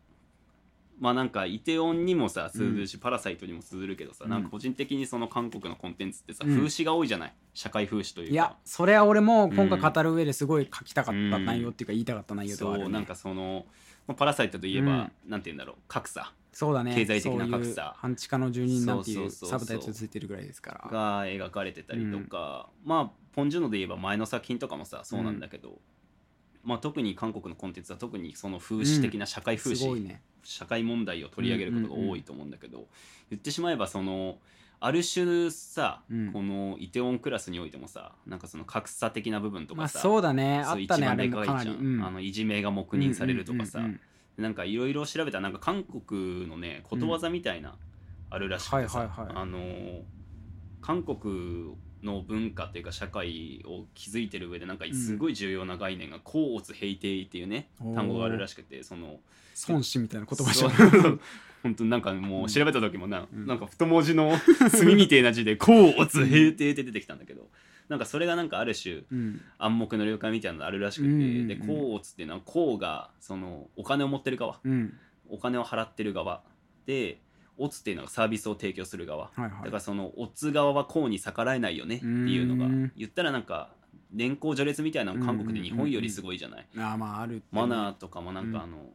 Speaker 1: まあなんかイテオンにもさ通ずるし、パラサイトにも通ずるけどさ、
Speaker 2: うん
Speaker 1: なんか個人的にその韓国のコンテンツってさ、
Speaker 2: うん
Speaker 1: 風刺が多いじゃない社会風刺というか
Speaker 2: いやそれは俺も今回語る上ですごい書きたかった内容っていうか言いたかった内容ではある、
Speaker 1: そ
Speaker 2: ね
Speaker 1: うなんかその、まあ、パラサイトといえば、なんて言うんだろう格差
Speaker 2: そうだね
Speaker 1: 経済的な格差
Speaker 2: そういう半地下の住人なんて
Speaker 1: そ
Speaker 2: いうう
Speaker 1: そうそうそう
Speaker 2: サブタイトルついてるぐらいですから
Speaker 1: が描かれてたりとか、まあポン・ジュノで言えば前の作品とかもさそうなんだけど、まあ、特に韓国のコンテンツは特にその風刺的な社会風
Speaker 2: す
Speaker 1: 刺、
Speaker 2: ごいね
Speaker 1: 社会問題を取り上げることが多いと思うんだけど、言ってしまえばそのある種さ、
Speaker 2: うん
Speaker 1: このイテウォンクラスにおいてもさなんかその格差的な部分とか
Speaker 2: まあ
Speaker 1: さ、
Speaker 2: そうだねあ
Speaker 1: そ
Speaker 2: っ
Speaker 1: う
Speaker 2: たねあ
Speaker 1: 一番
Speaker 2: れも
Speaker 1: で
Speaker 2: か
Speaker 1: かい
Speaker 2: な
Speaker 1: じ
Speaker 2: り、
Speaker 1: ゃん、
Speaker 2: うん
Speaker 1: あのいじめが黙認されるとかさ、
Speaker 2: うんうんうん
Speaker 1: なんかいろいろ調べたらなんか韓国のねことわざみたいなあるらしくて
Speaker 2: は
Speaker 1: さ
Speaker 2: いはいはい
Speaker 1: あのー韓国の文化っていうか社会を築いてる上でなんかすごい重要な概念が「甲乙平定」っていうね
Speaker 2: おー
Speaker 1: 単語があるらしくてその
Speaker 2: 孫子みたいな言葉じゃん
Speaker 1: そう 本当なんかもう調べた時もな,、
Speaker 2: うん
Speaker 1: なんか太文字の 墨みてえな字で「甲乙平定」って出てきたんだけどなんかそれがなんかある種
Speaker 2: うん
Speaker 1: 暗黙の了解みたいなのあるらしくて、
Speaker 2: うんうんうん
Speaker 1: で甲乙っていうのは甲がそのお金を持ってる側
Speaker 2: うん
Speaker 1: お金を払ってる側で乙っていうのがサービスを提供する側、
Speaker 2: はい
Speaker 1: だ
Speaker 2: は
Speaker 1: からその乙側は甲に逆らえないよねっていうのが
Speaker 2: うん
Speaker 1: 言ったらなんか年功序列みたいなの韓国で日本よりすごいじゃない、
Speaker 2: いああまああるって
Speaker 1: マナーとかもなんかあの、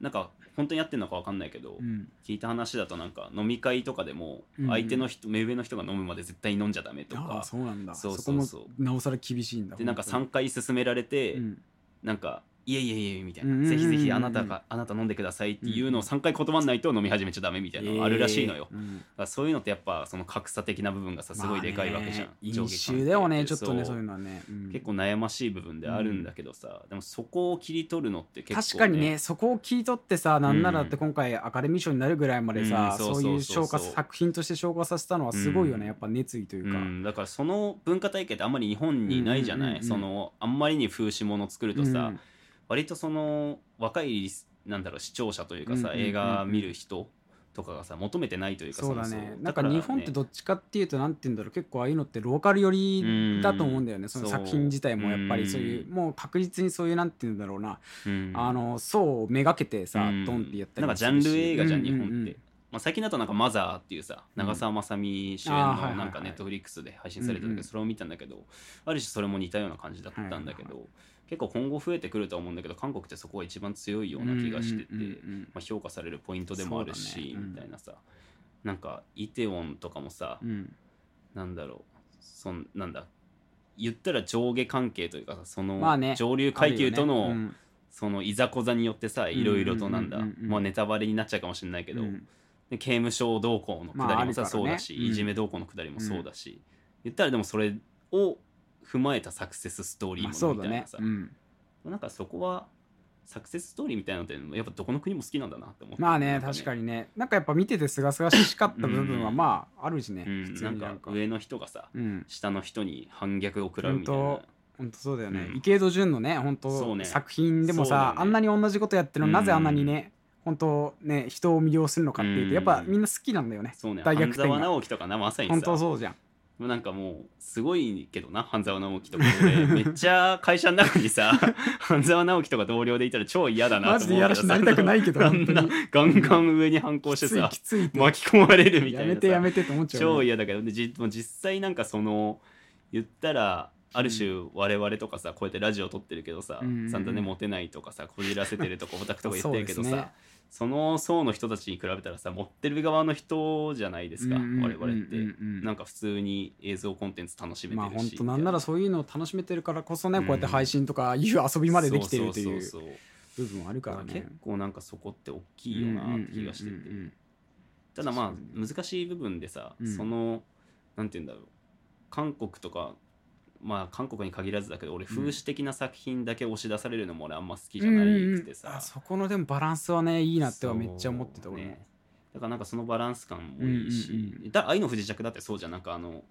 Speaker 1: なんか本当にやってるのか分かんないけど、
Speaker 2: うん
Speaker 1: 聞いた話だとなんか飲み会とかでも
Speaker 2: うんうん
Speaker 1: 相手の人、目上の人が飲むまで絶対に飲んじゃダメと
Speaker 2: ああ
Speaker 1: か、
Speaker 2: そうなんだ
Speaker 1: そ
Speaker 2: そう
Speaker 1: そうそう
Speaker 2: こもなおさら厳しいんだ
Speaker 1: でなんか3回勧められて、
Speaker 2: うん
Speaker 1: なんか「いえいえいえ」みたいな、
Speaker 2: うんうんうんうん
Speaker 1: ぜひぜひあなたがあなた飲んでください」っていうのを3回断んないと飲み始めちゃダメみたいなのがあるらしいのよ、
Speaker 2: えーうん
Speaker 1: だからそういうのってやっぱその格差的な部分がさすごいでかいわけじゃん、
Speaker 2: まあね
Speaker 1: 上
Speaker 2: 飲
Speaker 1: 下関係
Speaker 2: 酒だよねちょっとね
Speaker 1: そ
Speaker 2: そうういうのはねうん
Speaker 1: 結構悩ましい部分であるんだけどさ、でもそこを切り取るのって結構、
Speaker 2: 確かにねそこを切り取ってさなんならだって今回アカデミー賞になるぐらいまでさ、
Speaker 1: うんそう
Speaker 2: そ
Speaker 1: そう
Speaker 2: う
Speaker 1: そう
Speaker 2: いう
Speaker 1: そう
Speaker 2: 消化作品として消化させたのはすごいよね、
Speaker 1: うん
Speaker 2: やっぱ熱意という
Speaker 1: う
Speaker 2: か、
Speaker 1: ん、だからその文化体系ってあんまり日本にないじゃない、
Speaker 2: うんうんうんうん
Speaker 1: そのあんまりに風刺物作るとさ、
Speaker 2: うん
Speaker 1: 割とその若いリスなんだろう視聴者というかさ、
Speaker 2: うんうんうんうん
Speaker 1: 映画見る人とかがさ求めてないというか
Speaker 2: そうだ
Speaker 1: も
Speaker 2: ね
Speaker 1: も
Speaker 2: なん
Speaker 1: か
Speaker 2: から日本ってどっちかっていうとなんて言うんだろう結構ああいうのってローカル寄りだと思うんだよね、
Speaker 1: うん
Speaker 2: その作品自体もやっぱり
Speaker 1: そう
Speaker 2: そういう、もう確実にそういうなんて言うんだろうな、
Speaker 1: うん
Speaker 2: あの層をめがけてさ、
Speaker 1: うん
Speaker 2: ドンってやった
Speaker 1: な
Speaker 2: り
Speaker 1: ん
Speaker 2: も
Speaker 1: か
Speaker 2: す
Speaker 1: ジャン
Speaker 2: るし
Speaker 1: ル映画じゃん、
Speaker 2: う
Speaker 1: 日本って、
Speaker 2: うう
Speaker 1: まあ、最近だとなんか「マザー」っていうさ
Speaker 2: うん
Speaker 1: 長澤まさみ主演
Speaker 2: あーはいはい
Speaker 1: の
Speaker 2: はい
Speaker 1: なんかネットフリックスで配信されてたけ
Speaker 2: うんう
Speaker 1: ど
Speaker 2: ん
Speaker 1: それを見たんだけどある種それも似たような感じだったんだけ
Speaker 2: はいはい
Speaker 1: ど結構今後増えてくるとは思うんだけど韓国ってそこが一番強いような気がしてて
Speaker 2: うんうんうんうん
Speaker 1: まあ評価されるポイントでもあるし
Speaker 2: そうだねうん
Speaker 1: みたいなさなんかイテウォンとかもさ
Speaker 2: うん
Speaker 1: なんだろうそんなんだ言ったら上下関係というかさその、
Speaker 2: まあね
Speaker 1: 上流階級との、
Speaker 2: あるよね
Speaker 1: そのいざこざによってさ
Speaker 2: ん
Speaker 1: いろいろとなんだ
Speaker 2: うんうんうんうん
Speaker 1: まあネタバレになっちゃうかもしれないけ
Speaker 2: う
Speaker 1: ど、
Speaker 2: んうん
Speaker 1: で刑務所同行のくだりもさ、
Speaker 2: まああるからね
Speaker 1: そうだし、
Speaker 2: うん
Speaker 1: いじめ同行のくだりもそうだし、言ったらでもそれを踏まえたサクセスストーリー
Speaker 2: まあ、
Speaker 1: も
Speaker 2: そ
Speaker 1: の
Speaker 2: う
Speaker 1: み
Speaker 2: だ
Speaker 1: たい
Speaker 2: ね
Speaker 1: なさ、、
Speaker 2: うん、
Speaker 1: なんかそこはサクセスストーリーみたいなのってやっぱどこの国も好きなんだなって思って
Speaker 2: まあね確か
Speaker 1: に、
Speaker 2: にねなんかやっぱ見ててすがすがしかった部分は
Speaker 1: うん
Speaker 2: まああるしね、
Speaker 1: うん
Speaker 2: 普通
Speaker 1: な
Speaker 2: に
Speaker 1: ん
Speaker 2: なん
Speaker 1: か
Speaker 2: か
Speaker 1: 上の人がさ
Speaker 2: うん
Speaker 1: 下の人に反逆を食らうみたい
Speaker 2: ほん
Speaker 1: な
Speaker 2: と本当そうだよね、
Speaker 1: うん
Speaker 2: 池井戸潤のね本
Speaker 1: そう
Speaker 2: 当、
Speaker 1: ね
Speaker 2: 作品でも
Speaker 1: そうだ
Speaker 2: さ、
Speaker 1: よね
Speaker 2: あんなに同じことやってるのなぜ
Speaker 1: うん
Speaker 2: あんなにね、本当ね人を魅了するのかっていうと、
Speaker 1: うん
Speaker 2: やっぱみんな好きなんだよね
Speaker 1: そうね
Speaker 2: 大逆
Speaker 1: 半
Speaker 2: 転が
Speaker 1: 沢直樹とかなまさにさ
Speaker 2: 本当そうじゃん
Speaker 1: もうなんかもうすごいけどな半沢直樹とか 俺めっちゃ会社の中にさ半沢直樹とか同僚でいたら超嫌だな
Speaker 2: マ
Speaker 1: と思
Speaker 2: ジ
Speaker 1: うけど
Speaker 2: でやらしなりたくないけど
Speaker 1: あ
Speaker 2: 本
Speaker 1: ん
Speaker 2: 当
Speaker 1: な
Speaker 2: に
Speaker 1: ガンガン上に反抗して
Speaker 2: きつい
Speaker 1: さ
Speaker 2: きついって
Speaker 1: 巻き込まれるみた
Speaker 2: や
Speaker 1: いなさ
Speaker 2: めてやめてって思っちゃうよ
Speaker 1: 超
Speaker 2: ね、
Speaker 1: 嫌だけどでじもう実際なんかその言ったらある種我々とかさこうやってラジオ撮ってるけどさ、
Speaker 2: うんうんうん
Speaker 1: さんざんねモテないとかさこじらせてるとかオタクとか言ってるけどさ
Speaker 2: そ
Speaker 1: そ,、
Speaker 2: うですね
Speaker 1: の層の人たちに比べたらさ持ってる側の人じゃないですか、
Speaker 2: うんうん
Speaker 1: 我々って、
Speaker 2: うんうんうん
Speaker 1: なんか普通に映像コンテンツ楽しめてるし、
Speaker 2: まあ本当なんならそういうのを楽しめてるからこそね、こうやって配信とかいう遊
Speaker 1: う
Speaker 2: びまでできてるという
Speaker 1: そうそうそう
Speaker 2: 部分はあるから
Speaker 1: だから
Speaker 2: ね
Speaker 1: 結。構なんかそこって大きいよなって気がしてて、
Speaker 2: うんうんうんうん
Speaker 1: ただま
Speaker 2: 確か
Speaker 1: あ難しい部分でさ、
Speaker 2: うん
Speaker 1: そのなんて言うんだろう韓国とかまあ韓国に限らずだけど俺
Speaker 2: うん
Speaker 1: 風刺的な作品だけ押し出されるのも俺あんま好きじゃないくて
Speaker 2: うんうんうんあ
Speaker 1: さ、
Speaker 2: そこのでもバランスはねいいなってはめっちゃ思ってた
Speaker 1: そう
Speaker 2: 俺も、
Speaker 1: ねだからなんかそのバランス感もいいし、
Speaker 2: うんうんう
Speaker 1: だ愛の不時着だってそうじゃんなんかあの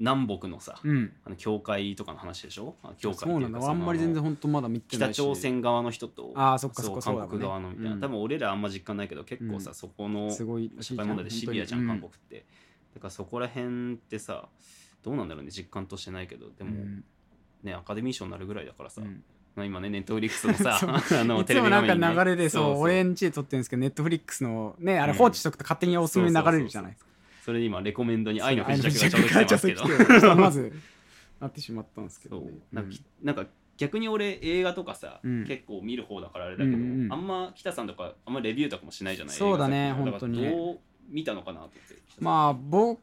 Speaker 1: 南北のさ、
Speaker 2: うん
Speaker 1: あの教会とかの話でしょあ教会って
Speaker 2: そ
Speaker 1: いうう
Speaker 2: なん
Speaker 1: か
Speaker 2: だ
Speaker 1: そ
Speaker 2: あんまり全然
Speaker 1: の
Speaker 2: 本当まだ見てな
Speaker 1: 北
Speaker 2: いし
Speaker 1: 朝鮮側の人と
Speaker 2: あーそっかそっか
Speaker 1: そう
Speaker 2: そうだ
Speaker 1: 韓
Speaker 2: ね
Speaker 1: 国側のみたいな、
Speaker 2: うん
Speaker 1: 多分俺らあんま実感ないけど結構さ、
Speaker 2: うん
Speaker 1: そこの
Speaker 2: すごいらし
Speaker 1: 社会
Speaker 2: いじゃん
Speaker 1: 問題でシビアじゃん、韓
Speaker 2: 本当
Speaker 1: 国って。だからそこら辺ってさ、どうなんだろうね、実感としてないけど、で
Speaker 2: に
Speaker 1: も、
Speaker 2: うん
Speaker 1: ね、アカデミー賞になるぐらいだからさ、
Speaker 2: うん
Speaker 1: まあ今ね、ネットフリックスのさ、
Speaker 2: そ う
Speaker 1: あ
Speaker 2: いつもなんか流れでそう俺
Speaker 1: の
Speaker 2: んちで撮ってるんですけどネットフリックスのねあれ
Speaker 1: うん
Speaker 2: 放置しとくと勝手におすすめに流れるじゃない
Speaker 1: それで今、レコメンドに愛の不
Speaker 2: 愛
Speaker 1: 時着が
Speaker 2: の
Speaker 1: ちょうど来てますけど
Speaker 2: 不。時着がちょうど来てますまずなってしまったんですけ
Speaker 1: そ
Speaker 2: ど
Speaker 1: う
Speaker 2: ね
Speaker 1: なんかきなんか逆に俺映画とかさ、
Speaker 2: うん
Speaker 1: 結構見る方だからあれだけど、
Speaker 2: うんうんうん
Speaker 1: あんま北さんとかあんまレビューとかもしないじゃない
Speaker 2: そうだね
Speaker 1: 映画作品
Speaker 2: 本当にね
Speaker 1: だからどう見たのかなと思って
Speaker 2: まあ僕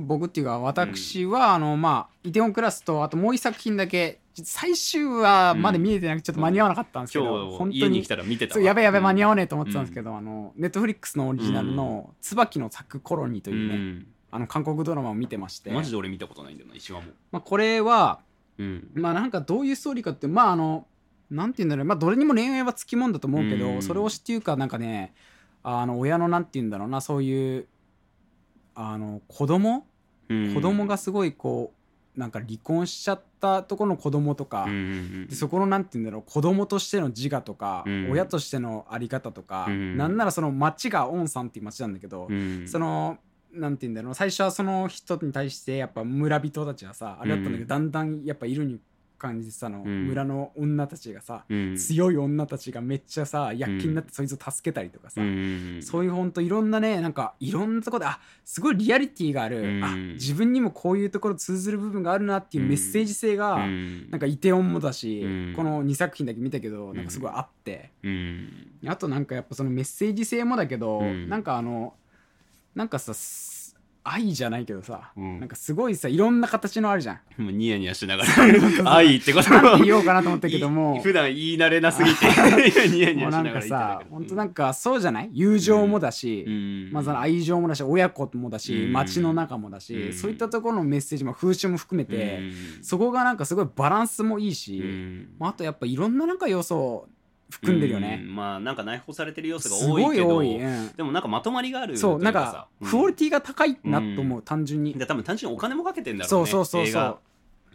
Speaker 2: 僕っていうか私は、あのまあイテオンクラスとあともう一作品だけ最終話まで見えてなくてちょっと間に合わなかったんですけど、
Speaker 1: 今
Speaker 2: 本
Speaker 1: 日
Speaker 2: 当
Speaker 1: 家に
Speaker 2: に
Speaker 1: 来たら見てたわ
Speaker 2: そうやべやべ間に合
Speaker 1: わ
Speaker 2: わねえと思ってたんですけど、あのネットフリックスのオリジナルの「椿の咲くコロニー」と
Speaker 1: と
Speaker 2: いうね、あの韓国ドラマを見てまして
Speaker 1: マジで俺見たことないんだよな一話も、
Speaker 2: まあ、これは
Speaker 1: うん、
Speaker 2: まあなんかどういうストーリーかってまああのなんて言うんだろうまあどれにも恋愛はつきもんだと思うけど、
Speaker 1: うん
Speaker 2: それを知っていうかなんかねあの親のなんて言うんだろうなそういうあの子供子
Speaker 1: 子
Speaker 2: 供がすごいこうなんか離婚しちゃったところの子供とか、でそ
Speaker 1: こ
Speaker 2: このなんて言うんだろう子供としての自我とか、
Speaker 1: うん
Speaker 2: 親としてのあり方とか、
Speaker 1: うん
Speaker 2: なんならその町がオンさんっていう町なんだけど、そのなんて言うんだろう最初はその人に対してやっぱ村人たちがさあれだったんだけど、
Speaker 1: うん
Speaker 2: だんだんやっぱいるに感じてさあの、
Speaker 1: うん
Speaker 2: 村の女たちがさ、
Speaker 1: の
Speaker 2: 強い女たちがめっちゃさ躍起になってそいつを助けたりとかさ、
Speaker 1: う
Speaker 2: そういうほんといろんなねなんかいろんなところであすごいリアリティがある、
Speaker 1: うん
Speaker 2: あ自分にもこういうところ通ずる部分があるなっていうメッセージ性が、
Speaker 1: な
Speaker 2: なんかイテオンもだし、
Speaker 1: うん
Speaker 2: この2作品だけ見たけど
Speaker 1: ん
Speaker 2: なんかすごいあって、あとなんかやっぱそのメッセージ性もだけど、
Speaker 1: うん
Speaker 2: なんかあのなんかさす愛じゃないけどさ、
Speaker 1: うん
Speaker 2: なんかすごいさいろんな形のあるじゃん。
Speaker 1: もうニヤニヤしながら 愛ってこと
Speaker 2: なんて言おうかなと思ったけど も
Speaker 1: い普段言い慣れなすぎ てニヤニヤ
Speaker 2: もう
Speaker 1: し
Speaker 2: な
Speaker 1: なが
Speaker 2: ん
Speaker 1: ら
Speaker 2: かさ
Speaker 1: 言
Speaker 2: 本
Speaker 1: って
Speaker 2: 当
Speaker 1: た
Speaker 2: な
Speaker 1: け
Speaker 2: んかそうじゃない友情もだし、
Speaker 1: どうん
Speaker 2: まあ、その愛情もだし親子もだし、
Speaker 1: うん
Speaker 2: 街の中もだし、
Speaker 1: うん
Speaker 2: そういったところのメッセージも風習も含めて、
Speaker 1: うん
Speaker 2: そこがなんかすごいバランスもいいし、
Speaker 1: うん
Speaker 2: まあ、あとやっぱいろんななんか要素を含んでるよ
Speaker 1: う
Speaker 2: ね、
Speaker 1: んまあなんか内包されてる要素が
Speaker 2: す
Speaker 1: 多
Speaker 2: ご
Speaker 1: い
Speaker 2: い
Speaker 1: け
Speaker 2: 多い、
Speaker 1: ど
Speaker 2: うん
Speaker 1: でもなんかまとまりがある
Speaker 2: そうなんかクオリ
Speaker 1: テ
Speaker 2: ティが高いなと思う、
Speaker 1: う
Speaker 2: 単純に
Speaker 1: ィ多分単純にお金もかけてんだろう
Speaker 2: そ
Speaker 1: ね
Speaker 2: うそうそう
Speaker 1: 映
Speaker 2: そ
Speaker 1: 画
Speaker 2: う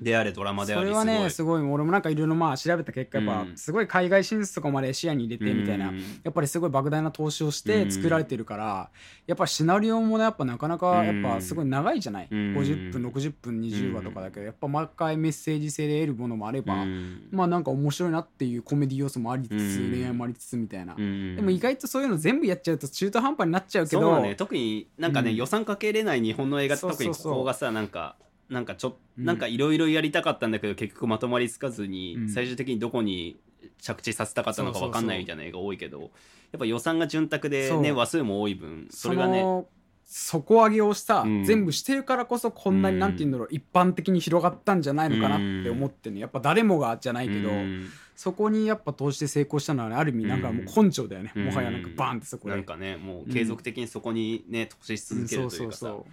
Speaker 1: であれドラマであ
Speaker 2: そ
Speaker 1: れ
Speaker 2: れはね
Speaker 1: す
Speaker 2: すごい俺もなんかいろいろまあ調べた結果やっぱ、
Speaker 1: うん
Speaker 2: すごい海外進出とかまで視野に入れ
Speaker 1: ごい
Speaker 2: てみたいな、
Speaker 1: うん
Speaker 2: やっぱりすごい莫大な投資をし
Speaker 1: う
Speaker 2: て
Speaker 1: ん
Speaker 2: 作られてるから、やっぱシナリオもねやっぱなかなかやっぱすごい長いじゃない、
Speaker 1: うん
Speaker 2: 50分60分20話とかだけどやっぱ毎回メッセージ性で得るものもあれば、
Speaker 1: うん
Speaker 2: まあなんか面白いなっていうコメディ要素もありつつ、
Speaker 1: うん
Speaker 2: 恋愛もありつつみたいな、
Speaker 1: うん
Speaker 2: でも意外とそういうの全部やっちゃうと中途半端になっちゃうけど
Speaker 1: そうだね特になんかね、
Speaker 2: うん
Speaker 1: 予算かけれない日本の映画って
Speaker 2: そうそう
Speaker 1: 特
Speaker 2: そう
Speaker 1: にここがさなんかなんかちょ
Speaker 2: うん
Speaker 1: なんかいろいろやりたかったんだけど、結局まとまりつかずに、
Speaker 2: うん
Speaker 1: 最終的にどこに着地させたかったのか分かんないみたいな映画多いけどやっぱ予算が潤沢で
Speaker 2: そう
Speaker 1: ね話数も多い分それがね
Speaker 2: の底上げをした、
Speaker 1: うん
Speaker 2: 全部してるからこそこんなに、
Speaker 1: うん
Speaker 2: なんて言うんだろう一般的に広がったんじゃないのかなって
Speaker 1: うん
Speaker 2: 思ってねやっぱ誰もがじゃないけど、
Speaker 1: うん
Speaker 2: そこにやっぱ投資で成功したのは、ね、ある意味なんかもう根性だよね、
Speaker 1: うん
Speaker 2: もはやなんかバーンってそこで。
Speaker 1: なんかねもう継続的にそこにね投資し
Speaker 2: う
Speaker 1: 続
Speaker 2: ん
Speaker 1: け
Speaker 2: そ
Speaker 1: る
Speaker 2: う
Speaker 1: とい
Speaker 2: そうう
Speaker 1: かさ、
Speaker 2: そ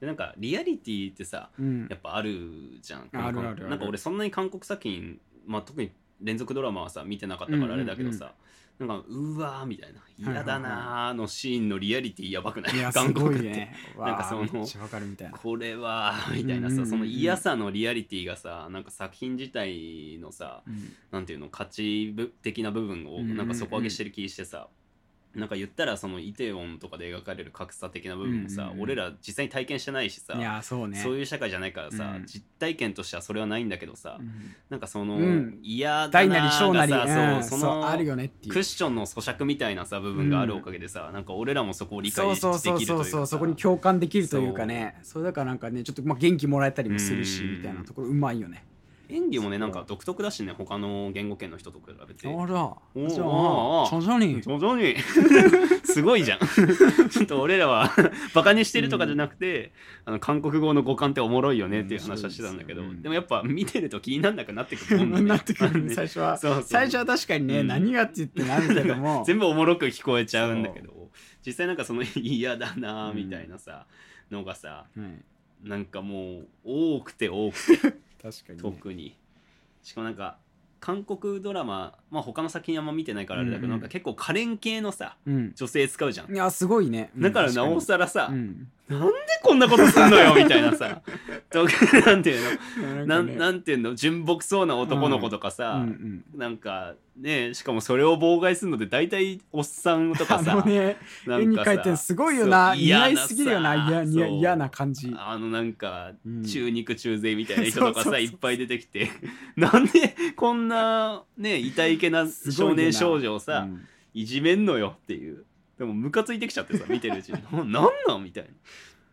Speaker 1: でなんかリアリティってさ
Speaker 2: う。うん
Speaker 1: やっぱあるじゃん
Speaker 2: あるあるある
Speaker 1: なんか俺そんなに韓国作品まあ特に連続ドラマはさ見てなかったからあれだけどさ、なんかうわーみたいな「嫌だなー」のシーンのリアリティやばくない
Speaker 2: いや、す
Speaker 1: 韓
Speaker 2: ご
Speaker 1: 国
Speaker 2: い
Speaker 1: って、
Speaker 2: ね。
Speaker 1: なんかその
Speaker 2: わあめっちゃわかるみたいな。
Speaker 1: これはーみたいな
Speaker 2: うんうん
Speaker 1: さ
Speaker 2: うんうん
Speaker 1: その嫌さのリアリティがさなんか作品自体のさ
Speaker 2: うん
Speaker 1: なんていうの価値的な部分を
Speaker 2: うんうんうん
Speaker 1: なんか底上げしてる気してさ、なんか言ったらそのイテウォンとかで描かれる格差的な部分もさ、
Speaker 2: うんうんうん
Speaker 1: 俺ら実際に体験してないしさ
Speaker 2: いや、そうね。
Speaker 1: そういう社会じゃないからさ、
Speaker 2: うん
Speaker 1: 実体験としてはそれはないんだけどさ、
Speaker 2: うん
Speaker 1: なんかその、
Speaker 2: うん
Speaker 1: 嫌だ
Speaker 2: 大
Speaker 1: な
Speaker 2: なり小
Speaker 1: ー
Speaker 2: な
Speaker 1: が
Speaker 2: り、
Speaker 1: さ、
Speaker 2: うん
Speaker 1: そ
Speaker 2: そうう
Speaker 1: その
Speaker 2: あるよねっていう。
Speaker 1: クッションの咀嚼みたいなさ部分があるおかげでさ、なんか俺らもそこを理解できる
Speaker 2: そう
Speaker 1: と
Speaker 2: そう
Speaker 1: い
Speaker 2: そう
Speaker 1: う
Speaker 2: そ
Speaker 1: か
Speaker 2: うそ
Speaker 1: さ
Speaker 2: うそこに共感できるというかねそれだからなんかねちょっとまあ元気もらえたりもするし
Speaker 1: うん
Speaker 2: みたいなところうまいよね
Speaker 1: 演技もねなんか独特だしね他の言語圏の人と比べて
Speaker 2: あら
Speaker 1: お
Speaker 2: じゃ
Speaker 1: お
Speaker 2: あ
Speaker 1: ー
Speaker 2: 徐々に
Speaker 1: 徐々 にすごいじゃんちょっと俺らはバカにしてるとかじゃなくて、あの韓国語の語感っておもろいよねっていう話はしてたんだけど、
Speaker 2: 面白いですようん
Speaker 1: でもやっぱ見てると気になんなくなってくるもんだね
Speaker 2: なってくるね
Speaker 1: ね
Speaker 2: 最初 は
Speaker 1: そうそう
Speaker 2: 最初は確かに
Speaker 1: う
Speaker 2: ね
Speaker 1: ん
Speaker 2: 何がって言ってなるけども
Speaker 1: 全部おもろく聞こえちゃうんだけど実際なんかその嫌だなーみたいなさ、のがさ
Speaker 2: はい
Speaker 1: なんかもう多くて多くて
Speaker 2: 確かにね
Speaker 1: 特にしかもなんか韓国ドラマまあ他の作品あんま見てないからあれだけど、
Speaker 2: うんう
Speaker 1: なんんか結構可憐系のさ
Speaker 2: うん
Speaker 1: 女性使うじゃん
Speaker 2: いやすごいね
Speaker 1: だからなおさらさ、
Speaker 2: らうん
Speaker 1: なんでこんなことすんのよみたいな さとなんていうの
Speaker 2: な
Speaker 1: なん
Speaker 2: か
Speaker 1: ん
Speaker 2: ね
Speaker 1: なんていうの純朴そうな男の子とかさ、
Speaker 2: うんうん
Speaker 1: なんかねしかもそれを妨害するので大体おっさんとか
Speaker 2: あ
Speaker 1: さ
Speaker 2: のね
Speaker 1: なん
Speaker 2: 絵に
Speaker 1: か
Speaker 2: 描いてん
Speaker 1: さ
Speaker 2: すごいよな
Speaker 1: そう
Speaker 2: 似合いすぎるよな
Speaker 1: 嫌なさ
Speaker 2: 嫌嫌
Speaker 1: そう
Speaker 2: 嫌な感じ
Speaker 1: あのなんか
Speaker 2: うん
Speaker 1: 中肉中背みたいな人とか
Speaker 2: そうそうそ
Speaker 1: さ
Speaker 2: う
Speaker 1: いっぱい出てきて なんでこんなね痛いけな
Speaker 2: すごいよ
Speaker 1: 少
Speaker 2: な
Speaker 1: 年少女を
Speaker 2: う
Speaker 1: さ
Speaker 2: ん
Speaker 1: いじめんのよっていうでもムカついてきちゃってさ見てるうち にななんなんみたい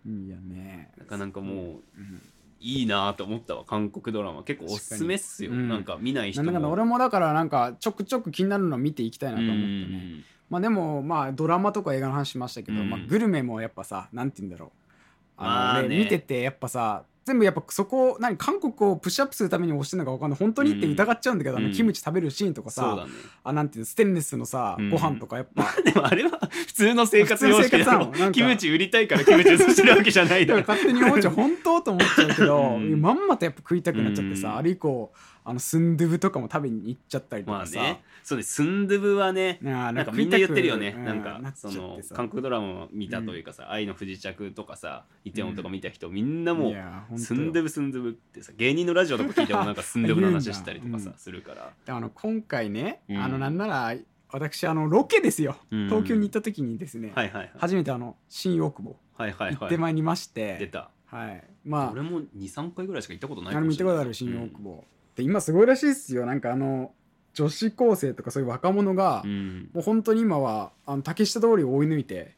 Speaker 2: いやね
Speaker 1: ななんかなんかもう
Speaker 2: うん
Speaker 1: いいなと思ったわ韓国ドラマ結構おすすめっすよ、
Speaker 2: 確かにうん
Speaker 1: なんか見ない人
Speaker 2: なん
Speaker 1: も
Speaker 2: だかんだ俺もだからなんかちょくちょく気になるのは見ていきたいなと思ってね、
Speaker 1: うん
Speaker 2: まあでもまあドラマとか映画の話しましたけど、
Speaker 1: うん
Speaker 2: まあ、グルメもやっぱさなんて言うんだろう
Speaker 1: ま
Speaker 2: あ
Speaker 1: あ
Speaker 2: の、
Speaker 1: ね
Speaker 2: ね、見ててやっぱさ全部やっぱそこを何韓国をプッシュアップするために押してるのか分かんない本当にって疑っちゃうんだけど、あの
Speaker 1: うん
Speaker 2: キムチ食べるシーンとか
Speaker 1: そう
Speaker 2: さ
Speaker 1: だね
Speaker 2: あなんていうのステンレスのさ、
Speaker 1: うん
Speaker 2: ご飯とかやっぱ
Speaker 1: でもあれは普通の生活様式
Speaker 2: 普通の生活
Speaker 1: だ
Speaker 2: なの
Speaker 1: ろ
Speaker 2: なんか
Speaker 1: キムチ売りたいからキムチしてるわけじゃないだ
Speaker 2: だ
Speaker 1: ろ
Speaker 2: から勝手に思っちゃう本当と思っちゃうけど、
Speaker 1: うん
Speaker 2: まんまとやっぱ食いたくなっちゃってさ、
Speaker 1: うん
Speaker 2: あれ以降あのスンドゥブとかも食べに行っちゃったりと
Speaker 1: ま
Speaker 2: か
Speaker 1: あ
Speaker 2: さ、
Speaker 1: ねそうねスンドゥブはね
Speaker 2: な
Speaker 1: なんかみんな言ってるよね、なんかその韓
Speaker 2: 韓
Speaker 1: 国ドラマを見たというかさ「愛の不時着」とかさ「イテウォン」とか見た人、みんなもう「スンデブスンデブ」ってさ芸人のラジオとか聞いても なんかスンデブの話したりとか
Speaker 2: 言うん
Speaker 1: さ
Speaker 2: だ
Speaker 1: するから、
Speaker 2: であの今回ね、
Speaker 1: うん
Speaker 2: あのなんなら私あのロケですよ、
Speaker 1: うん
Speaker 2: 東京に行った時にですね、
Speaker 1: はいはいはい
Speaker 2: 初めてあの新大久保
Speaker 1: はいはい
Speaker 2: 行
Speaker 1: は
Speaker 2: っ
Speaker 1: い
Speaker 2: てまいりまして、
Speaker 1: 出た
Speaker 2: はいま
Speaker 1: 俺も23回ぐらいしか行ったこと
Speaker 2: あ
Speaker 1: ない
Speaker 2: あの見たことある新大久保、で今すごいらしいっすよなんかあの女子高生とかそういう若者が、
Speaker 1: うんうん
Speaker 2: もう本当に今はあの竹下通りを追い抜いて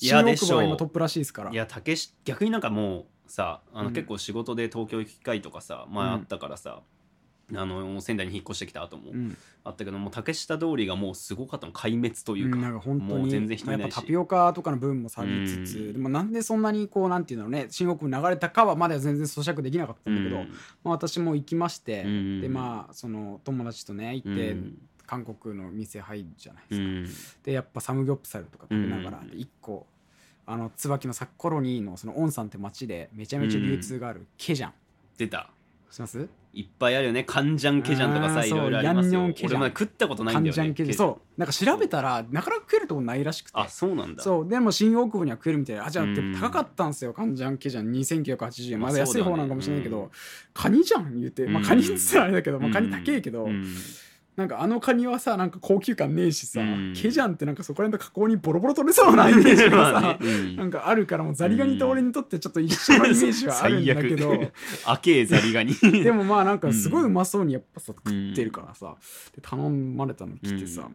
Speaker 1: い
Speaker 2: 新
Speaker 1: や
Speaker 2: 大
Speaker 1: で
Speaker 2: 久
Speaker 1: しょ
Speaker 2: 保
Speaker 1: う
Speaker 2: が今トップらしいですから
Speaker 1: いや竹し逆になんかもうさあの、
Speaker 2: うん
Speaker 1: 結構仕事で東京行く機会とかさ前
Speaker 2: うん
Speaker 1: あったからさ、あの仙台に引っ越してきた後も、
Speaker 2: うん
Speaker 1: あったけどもう竹下通りがもうすごかったの壊滅と
Speaker 2: う
Speaker 1: いうか、
Speaker 2: ん、なんか本当
Speaker 1: もう
Speaker 2: に
Speaker 1: 全然人い
Speaker 2: や
Speaker 1: な
Speaker 2: っ
Speaker 1: いし
Speaker 2: ぱタピオカとかの分も下げつつ、
Speaker 1: うん
Speaker 2: でもなんでそんなにこうなんていうのね新大久保に流れたかはまだ全然咀嚼できなかったんだけど、
Speaker 1: うん
Speaker 2: まあ、私も行きまして、
Speaker 1: うん
Speaker 2: でまあその友達とね行って、
Speaker 1: うん
Speaker 2: 韓国の店入るじゃないで
Speaker 1: う
Speaker 2: すか、
Speaker 1: ん
Speaker 2: でやっぱサムギョプサルとか食べながら、
Speaker 1: うん
Speaker 2: で1個あの椿のサッコロニーのそのオンさんって町でめちゃめちゃ流通があるケジャン
Speaker 1: 出た
Speaker 2: 知ってます
Speaker 1: いっぱいあるよねカンジャンケジャンとか
Speaker 2: あ
Speaker 1: さ
Speaker 2: ー
Speaker 1: いろいろあります
Speaker 2: そうヤ
Speaker 1: よ
Speaker 2: ンニョンケジャン
Speaker 1: 俺まだ食ったことない
Speaker 2: カ
Speaker 1: んだ
Speaker 2: ン
Speaker 1: よ
Speaker 2: ジャ
Speaker 1: ね
Speaker 2: ンケジャン
Speaker 1: ケジャン
Speaker 2: そうなんか調べたらなかなか食えるとこないらしくて
Speaker 1: あそうなんだ
Speaker 2: そうでも新大久保には食えるみたいなあじゃあ
Speaker 1: うん
Speaker 2: でも高かったんですよカンジャンケジャン2980円
Speaker 1: まあ
Speaker 2: まだ安い方なのかもしれないけど、
Speaker 1: そうだよね
Speaker 2: カニじゃん言うて、まあ、
Speaker 1: うん
Speaker 2: カニっつったらあれだけど、まあ、カニ高
Speaker 1: い
Speaker 2: えけど、なんかあのカニはさなんか高級感ねえしさ、
Speaker 1: うん
Speaker 2: ケジャンってなんかそこら辺の加工にボロボロ取れそうなイメージが
Speaker 1: ま
Speaker 2: さ、
Speaker 1: あねうん
Speaker 2: なんかあるからもうザリガニと俺にとってちょっと一緒のイメージはあるんだけど
Speaker 1: 最悪赤えザリガニ
Speaker 2: でもまあなんかすごいうまそうにやっぱさ食ってるからさ、で頼まれたの来てさ、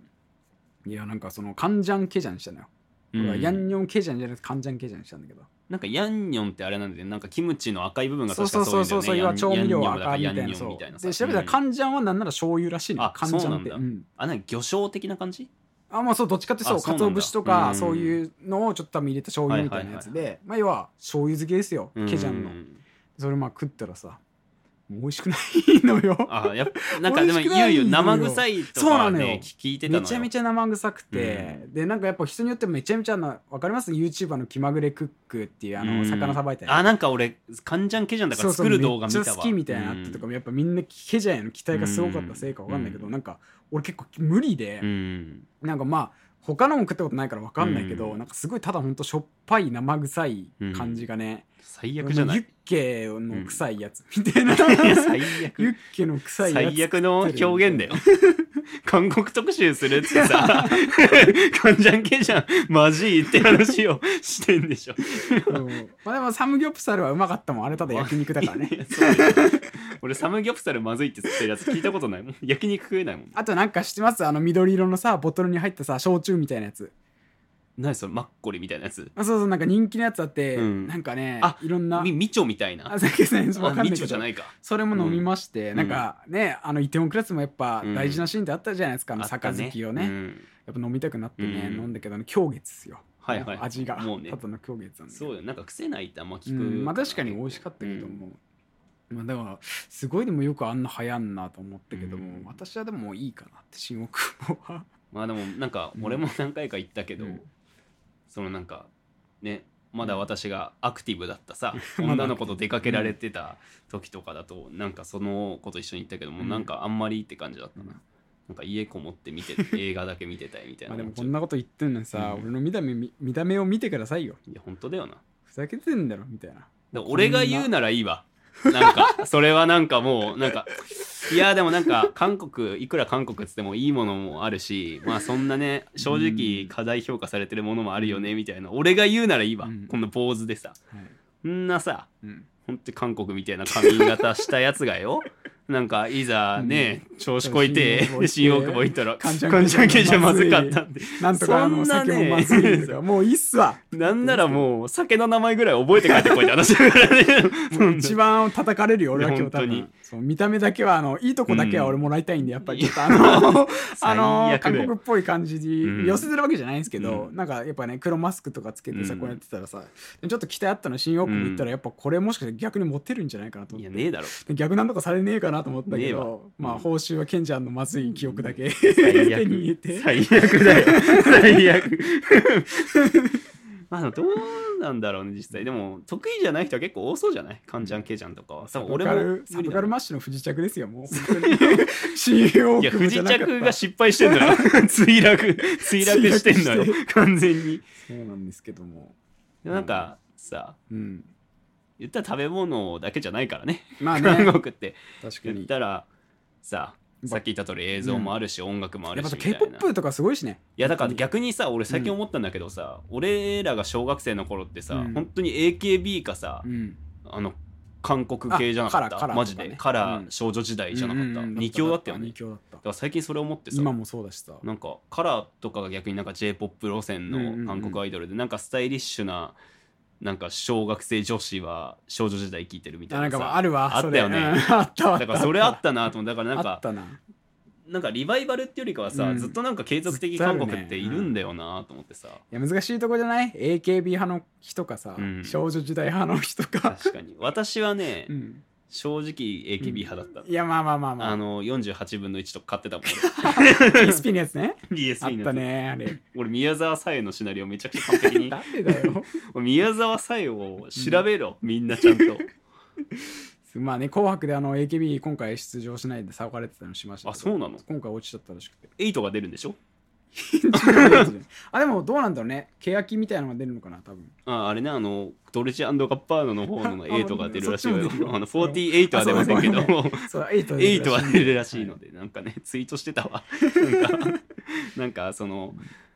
Speaker 2: いやなんかそのカンジャンケジャンにしたのよ、
Speaker 1: うん
Speaker 2: 俺はヤンニョンケジャンじゃなくてカンジャンケジャンにしたんだけど
Speaker 1: なんかヤンニョンってあれなんだよねなんかキムチの赤い部分が
Speaker 2: そう
Speaker 1: 確
Speaker 2: そ
Speaker 1: か
Speaker 2: うそ
Speaker 1: そうういうんだよ
Speaker 2: そう
Speaker 1: ね
Speaker 2: そう要は調味料は
Speaker 1: ヤ
Speaker 2: 赤
Speaker 1: ンニ
Speaker 2: み
Speaker 1: ョ
Speaker 2: た
Speaker 1: ンだからヤン
Speaker 2: いな
Speaker 1: ニョン
Speaker 2: そ
Speaker 1: みたいな
Speaker 2: う
Speaker 1: さ
Speaker 2: で調べたら
Speaker 1: うん
Speaker 2: カンジャンはなんなら醤油らしいのよ
Speaker 1: あ
Speaker 2: カンジャンって
Speaker 1: そううなん
Speaker 2: ん
Speaker 1: あなんか魚醤的な感じ
Speaker 2: ああまあそうどっちかってそう
Speaker 1: あそうなんだ
Speaker 2: 鰹節とか、
Speaker 1: うん
Speaker 2: そういうのをちょっと多分入れた醤油みたいなやつで、まあ要は醤油漬けですよ
Speaker 1: うん
Speaker 2: ケジャンのそれまあ食ったらさもう美味しくないのよ
Speaker 1: あやっ ぱなんかでも
Speaker 2: 美味しく
Speaker 1: 言
Speaker 2: な
Speaker 1: う
Speaker 2: い
Speaker 1: よ
Speaker 2: のよ
Speaker 1: 生臭いと
Speaker 2: そう
Speaker 1: か
Speaker 2: なのよ
Speaker 1: ね聞いてたの
Speaker 2: め
Speaker 1: よ
Speaker 2: ちゃめちゃ生臭くて、でなんかやっぱ人によってめちゃめちゃなわかります YouTuber の気まぐれクックっていうあ
Speaker 1: う
Speaker 2: の
Speaker 1: ん
Speaker 2: 魚さばいたり
Speaker 1: あなんか俺カンジャンケジャンだから作る動画見たわ
Speaker 2: そうそうめっちゃ好きみたいなのあってとか、やっぱみんなケジャンへの期待がすごかったせいかわかんないけど、
Speaker 1: う
Speaker 2: なんか俺結構無理で、
Speaker 1: うん
Speaker 2: なんかまあ他のも食ったことないからわかんないけど、
Speaker 1: うん
Speaker 2: なんかすごいただほんとしょっぱい生臭い感じがね、
Speaker 1: 最悪じゃな
Speaker 2: ユ
Speaker 1: い
Speaker 2: ッケの臭いやつみたい な、
Speaker 1: いや最
Speaker 2: ユッ
Speaker 1: 悪
Speaker 2: ケの臭いやつ
Speaker 1: 最悪の表現だよ韓国特集するってさ カンジャンケジャンマジいいって話をしてんでしょ
Speaker 2: うんまあでもサムギョプサルはうまかったもんあれただ焼肉だからね
Speaker 1: いやそうだよ 俺サムギョプサルまずいって言ってるやつ聞いたことないもん焼肉食えないもん
Speaker 2: あとなんか知ってますあの緑色のさボトルに入ったさ焼酎みたいなやつ
Speaker 1: 何それマッコリみたいなやつ
Speaker 2: あそうそうなんか人気のやつあって、
Speaker 1: うん
Speaker 2: なんかね
Speaker 1: あ
Speaker 2: いろんな
Speaker 1: みみちょみたいな
Speaker 2: あさっき先生わかんない
Speaker 1: み
Speaker 2: け
Speaker 1: ちょ
Speaker 2: ど
Speaker 1: じゃないか
Speaker 2: それも飲みまして、
Speaker 1: ん
Speaker 2: なんかねあのイテウォンクラスもやっぱ大事なシーンってあったじゃないですか、あの
Speaker 1: あったね
Speaker 2: 杯をね
Speaker 1: うん
Speaker 2: やっぱ飲みたくなってね、
Speaker 1: うん
Speaker 2: 飲んだけどあの狂月ですよ、
Speaker 1: はいはい
Speaker 2: 味が
Speaker 1: もうね
Speaker 2: ただの狂月なんで
Speaker 1: そうよなんか癖ないってあんま聞
Speaker 2: う
Speaker 1: く、
Speaker 2: んまあ確かに美味しかったけども、まあだからすごいでもよくあんな流行んなと思ったけども、
Speaker 1: うん
Speaker 2: 私はでももういいかなって新大久保は
Speaker 1: まあでもなんか俺も何回か行ったけど、
Speaker 2: うん
Speaker 1: そのなんかねまだ私がアクティブだったさ 女の子と出かけられてた時とかだとなんかその子と一緒に行ったけども、
Speaker 2: うん
Speaker 1: なんかあんまりって感じだったな、なんか家こもって見て 映画だけ見てたいみたい
Speaker 2: ま
Speaker 1: な
Speaker 2: あでも
Speaker 1: 思っちゃ
Speaker 2: こ
Speaker 1: うん
Speaker 2: なこと言ってんのにさ、
Speaker 1: うん
Speaker 2: 俺の見た目見見た目を見てくださいよ
Speaker 1: いや本当だよなだか
Speaker 2: ふざけてんだろみたいな
Speaker 1: ら俺が言うならいいわなんかそれはなんかもうなんかいやでもなんか韓国いくら韓国っつってもいいものもあるしまあそんなね正直過大評価されてるものもあるよねみたいな俺が言うならいいわ、
Speaker 2: うん
Speaker 1: この坊主でさ
Speaker 2: はい
Speaker 1: そんなさ
Speaker 2: うん
Speaker 1: ほんと韓国みたいな髪型したやつがよなんかいざね、調子こいて
Speaker 2: 新
Speaker 1: 新
Speaker 2: 大
Speaker 1: 大
Speaker 2: 久
Speaker 1: 久
Speaker 2: 保
Speaker 1: 保
Speaker 2: 行
Speaker 1: 行ったら「
Speaker 2: カ
Speaker 1: カ
Speaker 2: ン
Speaker 1: ン
Speaker 2: ジ
Speaker 1: ジ
Speaker 2: ャ
Speaker 1: ャ
Speaker 2: ンケジャン
Speaker 1: ンケジャンまずかった」って
Speaker 2: なんとかあの
Speaker 1: そんなね
Speaker 2: 酒もまずいん ですがもういいっすわ
Speaker 1: なんならもう酒の名前ぐらい覚えて帰ってこいって話だからね そんな
Speaker 2: 一番叩かれるよ俺は今日多
Speaker 1: いや本
Speaker 2: 分
Speaker 1: 当
Speaker 2: そう見た目だけはあのいいとこだけは俺もらいたいんで、やっぱりちょっとあ
Speaker 1: い
Speaker 2: の あ
Speaker 1: 最
Speaker 2: の
Speaker 1: 悪
Speaker 2: 韓
Speaker 1: だよ
Speaker 2: 国っぽい感じ
Speaker 1: うん
Speaker 2: に寄せてるわけじゃないんですけど、
Speaker 1: うん
Speaker 2: なんかやっぱね黒マスクとかつけてさ、
Speaker 1: うん
Speaker 2: こうやってたらさちょっと期待あったの新大久保行ったらやっぱこれもしかして逆にモテるんじゃないかなと
Speaker 1: い
Speaker 2: 思
Speaker 1: や
Speaker 2: って。
Speaker 1: ねえだろ
Speaker 2: 逆なんとかされねえかなと思った
Speaker 1: ね
Speaker 2: け
Speaker 1: えわ
Speaker 2: ど、まあ報酬はケンちゃんのまずい記憶だ け
Speaker 1: 最
Speaker 2: 手に入れ
Speaker 1: 悪
Speaker 2: て
Speaker 1: 最悪だよ最悪 まあどうなんだろうね実際でも得意じゃない人は結構多そうじゃないカンジャンケジャンとかは多分
Speaker 2: サブ
Speaker 1: 俺
Speaker 2: カ
Speaker 1: も
Speaker 2: ルサ
Speaker 1: 無理
Speaker 2: ブ
Speaker 1: だ
Speaker 2: カ
Speaker 1: ろ
Speaker 2: ル
Speaker 1: う
Speaker 2: マッシュの不時着ですよ もう本当に新大久保
Speaker 1: い
Speaker 2: じ
Speaker 1: や
Speaker 2: ゃな
Speaker 1: 不時
Speaker 2: かった
Speaker 1: 着が失敗してんの よ墜落墜落してんのよ
Speaker 2: 墜落
Speaker 1: 完全に
Speaker 2: そうなんですけども、
Speaker 1: でもなんかさ
Speaker 2: うん、
Speaker 1: 言ったら食べ物だけじゃないからね
Speaker 2: まあ ね
Speaker 1: 韓国って
Speaker 2: 確か
Speaker 1: 言
Speaker 2: に
Speaker 1: ったらさ
Speaker 2: ば
Speaker 1: さっき言った通り映像もあるし、音楽もあ
Speaker 2: や
Speaker 1: る
Speaker 2: っぱ
Speaker 1: し
Speaker 2: さ
Speaker 1: みたいな
Speaker 2: K-POP とかすごいしね。
Speaker 1: いやだから逆にさ俺最近思ったんだけどさ、俺らが小学生の頃ってさ、
Speaker 2: うん
Speaker 1: 本当に AKB かさ、
Speaker 2: うん。
Speaker 1: あの韓国系じゃなかっ
Speaker 2: あ
Speaker 1: た
Speaker 2: カラーカラーとか
Speaker 1: マ
Speaker 2: ね
Speaker 1: ジでカラー、
Speaker 2: うん
Speaker 1: 少女時代じゃなかった、
Speaker 2: うんうん
Speaker 1: 二強だったよね
Speaker 2: 二
Speaker 1: だ
Speaker 2: 強だった
Speaker 1: か。ら最近それ思ってさ
Speaker 2: 今もそうだしさ。
Speaker 1: なんかカラーとかが逆になんか j p o p 路線
Speaker 2: うんうんうん
Speaker 1: の韓国アイドルで、なんかスタイリッシュななんか小学生女子は少女時代聴いてるみた
Speaker 2: あ
Speaker 1: い
Speaker 2: なん
Speaker 1: な
Speaker 2: か
Speaker 1: さ
Speaker 2: あるわ。
Speaker 1: あ
Speaker 2: そ
Speaker 1: っ
Speaker 2: れ
Speaker 1: たよね
Speaker 2: うんあ ったわ。
Speaker 1: だからそれあったなと思うだからなん
Speaker 2: あっ
Speaker 1: か
Speaker 2: たな。
Speaker 1: なんかリバイバルってよりかはさ、
Speaker 2: うん
Speaker 1: ずっとなんか継続的韓国っているんだよなと思ってさ、
Speaker 2: いや難しいとこじゃない ?AKB 派の人かさ
Speaker 1: う、ん
Speaker 2: 少女時代派の人か。
Speaker 1: 確かに私はね、
Speaker 2: うん
Speaker 1: 正直 AKB 派だった、
Speaker 2: いやまあまあまあま
Speaker 1: あ
Speaker 2: あ。
Speaker 1: の48分の1とか買ってた もん
Speaker 2: PSP のやつね。あ
Speaker 1: DSP
Speaker 2: っ
Speaker 1: の
Speaker 2: た
Speaker 1: やつ
Speaker 2: ね。あれ。
Speaker 1: 俺宮沢さえのシナリオめちゃくちゃ完璧に
Speaker 2: 誰 だ よ。
Speaker 1: 俺宮沢さえを調べろ、みんなち ゃんと
Speaker 2: まあね、紅白であの AKB 今回出場しないで騒がれてたのしましたけど。
Speaker 1: あそうなの
Speaker 2: 今回落ちちゃったらしくて。
Speaker 1: 8が出るんでしょ
Speaker 2: あ、でもどうなんだろうね。欅みたいなのが出るのかな、多分。
Speaker 1: ああれね、あの、ドルチアンドガッパーノの方の8とか出るらしいわ
Speaker 2: そ
Speaker 1: よ
Speaker 2: っちも出る。よ
Speaker 1: あの、48は出ませんけど、
Speaker 2: あそうそう、エイト
Speaker 1: 8は出るらしいので、なんかね、 ツイートしてたわ。なんか、 なんかその、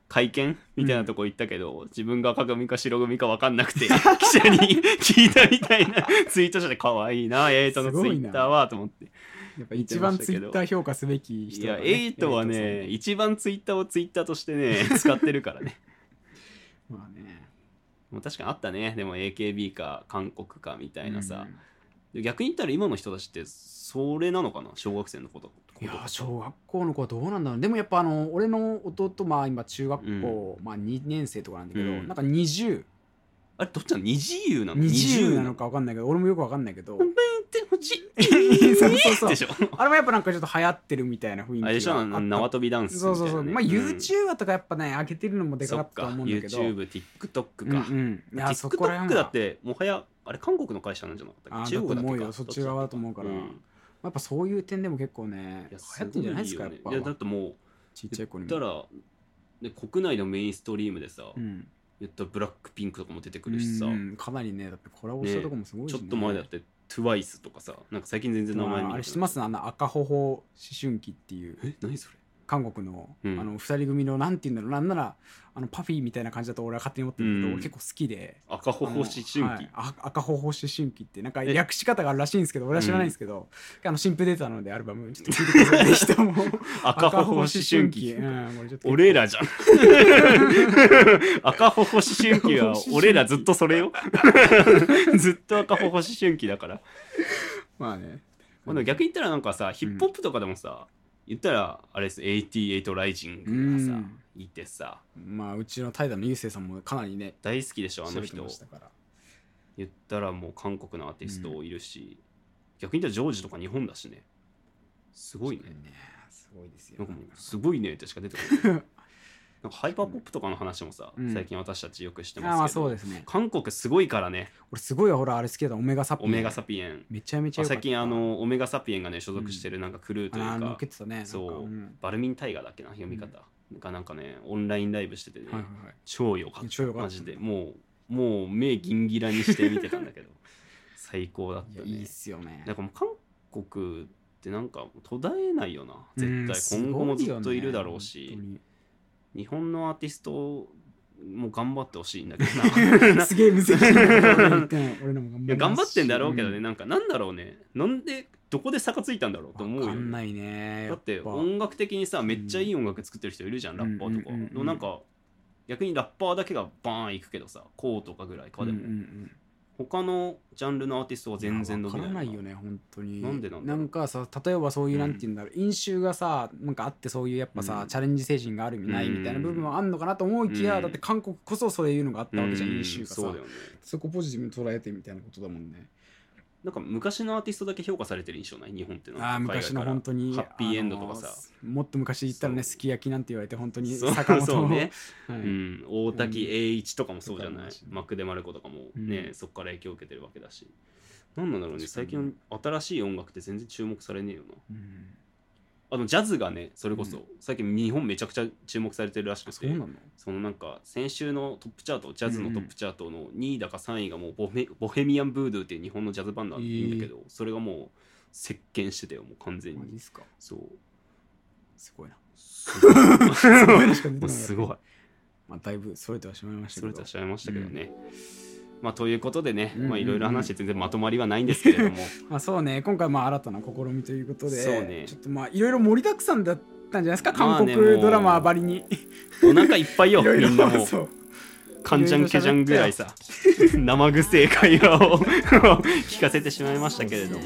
Speaker 1: 会見みたいなとこ行ったけど、自分が赤組か白組か分かんなくて、記 者に 聞いたみたいなツイートしてて、かわいいな、8の
Speaker 2: すご
Speaker 1: ツイ
Speaker 2: いな
Speaker 1: ッターは、と思って。
Speaker 2: やっぱ一番ツイッター評価すべき
Speaker 1: い
Speaker 2: 人
Speaker 1: や、
Speaker 2: だね
Speaker 1: 8はね、一番ツイッターをツイッターとしてね、使ってるからね。
Speaker 2: エイトさんまあね
Speaker 1: もう確かにあったね、でも AKB か韓国かみたいなさ。
Speaker 2: うん
Speaker 1: で逆に言ったら今の人たちってそれなのかな小学生のことこ
Speaker 2: い
Speaker 1: と
Speaker 2: やー小学校の子はどうなんだろうでもやっぱあの俺の弟まあ今中学校、まあ2年生とかなんだけど、
Speaker 1: うん
Speaker 2: なんか2020
Speaker 1: あれどっちなの二自由なの
Speaker 2: なのか分かんないけど俺もよく分かんないけど
Speaker 1: 本弁ってほしい
Speaker 2: い そうそうそう
Speaker 1: でしょ
Speaker 2: あれもやっぱなんかちょっと流行ってるみたいな雰囲気
Speaker 1: あれでしょ
Speaker 2: が
Speaker 1: あ
Speaker 2: った
Speaker 1: の縄跳びダンスみたい
Speaker 2: そ
Speaker 1: な
Speaker 2: う
Speaker 1: ね
Speaker 2: そうそう、まあ
Speaker 1: うん
Speaker 2: YouTuber とかやっぱね上げてるのもでかかったと思うんだけど
Speaker 1: そっか YouTubeTikTok か、
Speaker 2: うんうんいやそこら辺
Speaker 1: TikTok
Speaker 2: は
Speaker 1: だってもはやあれ韓国の会社なんじゃなかった
Speaker 2: あ
Speaker 1: っ
Speaker 2: ー
Speaker 1: け中国
Speaker 2: だと思う
Speaker 1: け
Speaker 2: よ
Speaker 1: か
Speaker 2: そっち側だと思うから
Speaker 1: ん
Speaker 2: やっぱそういう点でも結構ね
Speaker 1: いや
Speaker 2: 流行ってんじゃないですかやっ
Speaker 1: ご
Speaker 2: ぱ
Speaker 1: いよねいやだってもう
Speaker 2: ちっちゃい子に
Speaker 1: 言った
Speaker 2: も
Speaker 1: らで国内のメインストリームでさ、
Speaker 2: うん
Speaker 1: 言ったらブラックピンクとかも出てくるしさ、
Speaker 2: うんうんかなりねだってコラボしたとこもすごいし
Speaker 1: ちょ
Speaker 2: ね
Speaker 1: っと前だって TWICE とかさなんか最近全然名前見なくな
Speaker 2: ま
Speaker 1: た
Speaker 2: ああれ知ってますあの赤ほほ思春期っていう
Speaker 1: え何それ
Speaker 2: 韓国の,、
Speaker 1: うん
Speaker 2: あの二人組のなんていうんだろうなんならあのパフィーみたいな感じだと俺は勝手に思ってるけど、
Speaker 1: うん
Speaker 2: 俺結構好きで
Speaker 1: 赤ほほ思春期、
Speaker 2: あのはいあ赤ほほ思春期ってなんか
Speaker 1: え
Speaker 2: 略し方があるらしいんですけど俺は知らないんですけど、あの新譜出たのでアルバムちょっと聞いてくだ さいぜひとも
Speaker 1: 赤ほほ思春期
Speaker 2: うん俺ちょっと
Speaker 1: 俺らじゃん 赤ほほ思春期は俺らずっとそれよ ずっと赤ほほ思春期だから
Speaker 2: まあね
Speaker 1: まあ、でも逆に言ったらなんかさ、ヒップホップとかでもさ言ったらあれです88ライジングが
Speaker 2: う
Speaker 1: さ
Speaker 2: ん
Speaker 1: いてさ
Speaker 2: まあうちのタイダのゆうせいさんもかなりね
Speaker 1: 大好きでしょあの
Speaker 2: 調べて
Speaker 1: 人
Speaker 2: ましたから
Speaker 1: 言ったらもう韓国のアーティストいるし、逆に言ったらジョージとか日本だしねすごいね
Speaker 2: すごいです
Speaker 1: な
Speaker 2: よ
Speaker 1: んかもうすごいねってしか出てこない なんかハイパーポップとかの話もさ、
Speaker 2: うん
Speaker 1: 最近私たちよくして
Speaker 2: あーま
Speaker 1: ま
Speaker 2: あ
Speaker 1: すけど、
Speaker 2: そうですね
Speaker 1: 韓国すごいからね
Speaker 2: 俺すごいほらあれ好きだったオメガサピ
Speaker 1: オメガサピエン、
Speaker 2: めちゃめちゃ良かった
Speaker 1: 最近あのオメガサピエンがね所属してるなんかクルーという
Speaker 2: あ
Speaker 1: か、
Speaker 2: ー乗っけてたねなんか
Speaker 1: そうんバルミンタイガーだっけな読み方、がなんかねオンラインライブしててね、
Speaker 2: はいはいはい
Speaker 1: 超よかった
Speaker 2: 超良かった
Speaker 1: マジでもうもう目ギンギラにして見てたんだけど 最高だっ
Speaker 2: い
Speaker 1: た
Speaker 2: や
Speaker 1: ね
Speaker 2: いいっすよね
Speaker 1: なんかもう韓国ってなんか途絶えないよな
Speaker 2: うん
Speaker 1: 絶
Speaker 2: す
Speaker 1: 対今後もずっ
Speaker 2: ご
Speaker 1: と
Speaker 2: よ
Speaker 1: い
Speaker 2: ね
Speaker 1: るだろうし、
Speaker 2: 本
Speaker 1: 日本のアーティストも頑張ってほしいんだけど
Speaker 2: 当
Speaker 1: な
Speaker 2: にすげえ無責任なこと言ってない俺らも頑
Speaker 1: い
Speaker 2: 張り
Speaker 1: や頑
Speaker 2: ます
Speaker 1: 張ってんだろうけどね、
Speaker 2: ん
Speaker 1: なんかなんだろうねなんでどこで差がついたんだろうと思う
Speaker 2: わ
Speaker 1: よ
Speaker 2: かん
Speaker 1: ね
Speaker 2: ないね
Speaker 1: だって
Speaker 2: やぱ
Speaker 1: 音楽的にさめっちゃいい音楽作ってる人いるじゃん、
Speaker 2: ん
Speaker 1: ラッパーとか、
Speaker 2: うんうんうんうん
Speaker 1: でもなんか逆にラッパーだけがバーンいくけどさこうとかぐらいかでも、
Speaker 2: うんうんうん
Speaker 1: 他のジャンルのアーティストは全然伸
Speaker 2: わ
Speaker 1: び
Speaker 2: か
Speaker 1: ない
Speaker 2: らないよね本当に
Speaker 1: なんでなんだ
Speaker 2: な
Speaker 1: ろうん
Speaker 2: かさ例えばそういう
Speaker 1: うん
Speaker 2: なんて言うんだろう、飲酒がさなんかあってそういうやっぱさ、
Speaker 1: うん
Speaker 2: チャレンジ精神があるみたいみたいな部分はあんのかなと思いきや、
Speaker 1: うん
Speaker 2: だって韓国こそそういうのがあったわけじゃん、
Speaker 1: うん
Speaker 2: 飲酒がさ
Speaker 1: そうだよね
Speaker 2: そこポジティブに捉えてみたいなことだもんね
Speaker 1: なんか昔のアーティストだけ評価されてる印象ない日本ってなんか
Speaker 2: ああー
Speaker 1: 海外
Speaker 2: 昔の
Speaker 1: から
Speaker 2: 本当に
Speaker 1: ハッピーエンドとかさ
Speaker 2: あのーもっと昔言ったらね
Speaker 1: そう
Speaker 2: すき焼きなんて言われて本当に
Speaker 1: そう
Speaker 2: 坂本
Speaker 1: そうね、
Speaker 2: はい
Speaker 1: うん、大滝栄一とかもそうじゃ
Speaker 2: う
Speaker 1: なんいマクデマルコとかもね、
Speaker 2: うん
Speaker 1: そこから影響を受けてるわけだしなんなんだろうね
Speaker 2: 確か
Speaker 1: 最
Speaker 2: に
Speaker 1: 近新しい音楽って全然注目されねえよな
Speaker 2: うん
Speaker 1: あのジャズがねそれこそ、
Speaker 2: うん
Speaker 1: 最近日本めちゃくちゃ注目されてるらしく
Speaker 2: あ
Speaker 1: て
Speaker 2: そうなの
Speaker 1: そのなんか先週のトップチャートジャズのトップチャートの2位だか3位がもうボヘボヘミアン・ブードゥーっていう日本のジャズバンドなんだけど、それがもう席巻してたよもう完全
Speaker 2: マジ
Speaker 1: に
Speaker 2: ですか
Speaker 1: そう
Speaker 2: すごいな
Speaker 1: すごい
Speaker 2: すごいなしか
Speaker 1: も
Speaker 2: 出てな
Speaker 1: う
Speaker 2: い
Speaker 1: すごい
Speaker 2: まあだいぶそれてはしまいまし
Speaker 1: そ
Speaker 2: たけ
Speaker 1: れ
Speaker 2: ど
Speaker 1: とおっしゃいましたけどね、まあということでね、
Speaker 2: うんうんうん
Speaker 1: まあいろいろ話して全然まとまりはないんですけれど も
Speaker 2: まあそうね今回まあ新たな試みということで
Speaker 1: そうね
Speaker 2: ちょっとまあいろいろ盛りだくさんだったんじゃないですか
Speaker 1: まあ
Speaker 2: 韓
Speaker 1: ね
Speaker 2: 国ドラマばりに、
Speaker 1: お腹いっぱいよ
Speaker 2: いろいろ
Speaker 1: みんなもう
Speaker 2: そう
Speaker 1: カンジャンケジャンぐらいさ生臭い会話を 聞かせてしまいましたけれども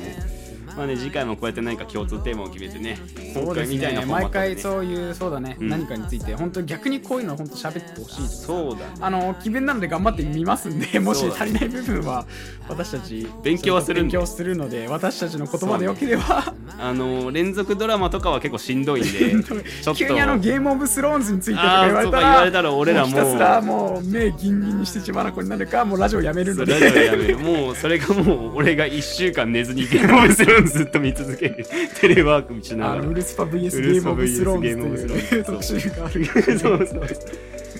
Speaker 1: まあね次回もこうやって何か共通テーマを決めてね
Speaker 2: そ
Speaker 1: 今
Speaker 2: うで
Speaker 1: 回
Speaker 2: す
Speaker 1: みたいな
Speaker 2: ね
Speaker 1: フォーマッ
Speaker 2: 毎
Speaker 1: トでね
Speaker 2: 回そういうそうだね、
Speaker 1: うん
Speaker 2: 何かについて本当逆にこういうの本当喋ってほしいと
Speaker 1: そうだね
Speaker 2: あの詭弁なので頑張ってみますんでもし
Speaker 1: そうだね
Speaker 2: 足りない部分は私たち
Speaker 1: 勉強はするんで
Speaker 2: 勉強するので私たちの言葉でよければ、
Speaker 1: あの連続ドラマとかは結構しんどいんで ちょっと
Speaker 2: 急にあのゲームオブスローンズについてとか
Speaker 1: あ
Speaker 2: 言わ
Speaker 1: ー
Speaker 2: れ
Speaker 1: そう
Speaker 2: た
Speaker 1: から言われたら俺らも
Speaker 2: ひたすら
Speaker 1: う
Speaker 2: もう目ギンギンにして血眼になるかもうラジオやめるの
Speaker 1: ラ
Speaker 2: で
Speaker 1: ジオやめるもうそれがもう俺が1週間寝ずにゲームをするのずっと見続けるテレワークしな
Speaker 2: あ
Speaker 1: がら
Speaker 2: のウルスパ VS ゲ
Speaker 1: ウル
Speaker 2: ー
Speaker 1: ス
Speaker 2: ム
Speaker 1: パ
Speaker 2: オブスロ
Speaker 1: VS
Speaker 2: ーン
Speaker 1: ゲームオブ
Speaker 2: ズ
Speaker 1: ス
Speaker 2: と
Speaker 1: ロー
Speaker 2: いう
Speaker 1: ンズ
Speaker 2: 特集がある
Speaker 1: そうそうそう。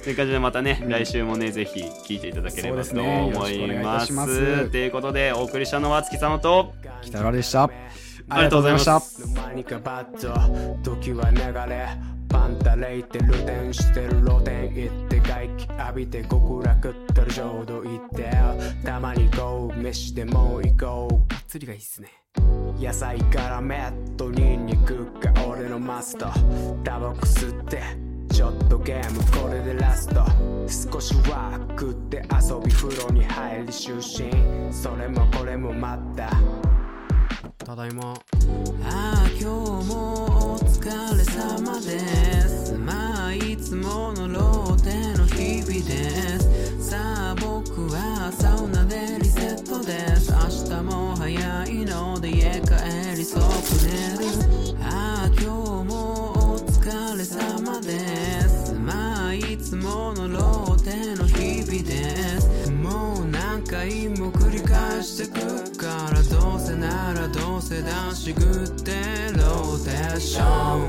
Speaker 1: という感じでまたね、来週もね、ぜひ聞いていただければ
Speaker 2: そ
Speaker 1: と
Speaker 2: うです
Speaker 1: 思い
Speaker 2: ね
Speaker 1: ま。
Speaker 2: よろしくお願いいたしますす
Speaker 1: ということで、お送りしたのは月様と、
Speaker 2: 北川でした
Speaker 1: ありがとうございました。
Speaker 4: の間にかバッと時は流れパンタレイて露天してる露天行って外気浴びて極楽ったる浄土行ってたまにこう飯でも行こう釣りがいいっすね野菜からメットニンニクが俺のマストタバコ吸ってちょっとゲームこれでラスト少しは食って遊び風呂に入り就寝それもこれもまたただいまああ今日もお疲れ様ですまあいつものローテの日々ですさあ僕はサウナでリセットです明日も早いので家帰り即寝るああ今日もお疲れ様ですまあいつものローテの日々ですもう何回も繰り返してくからどうせならどうせだしぐってローテーション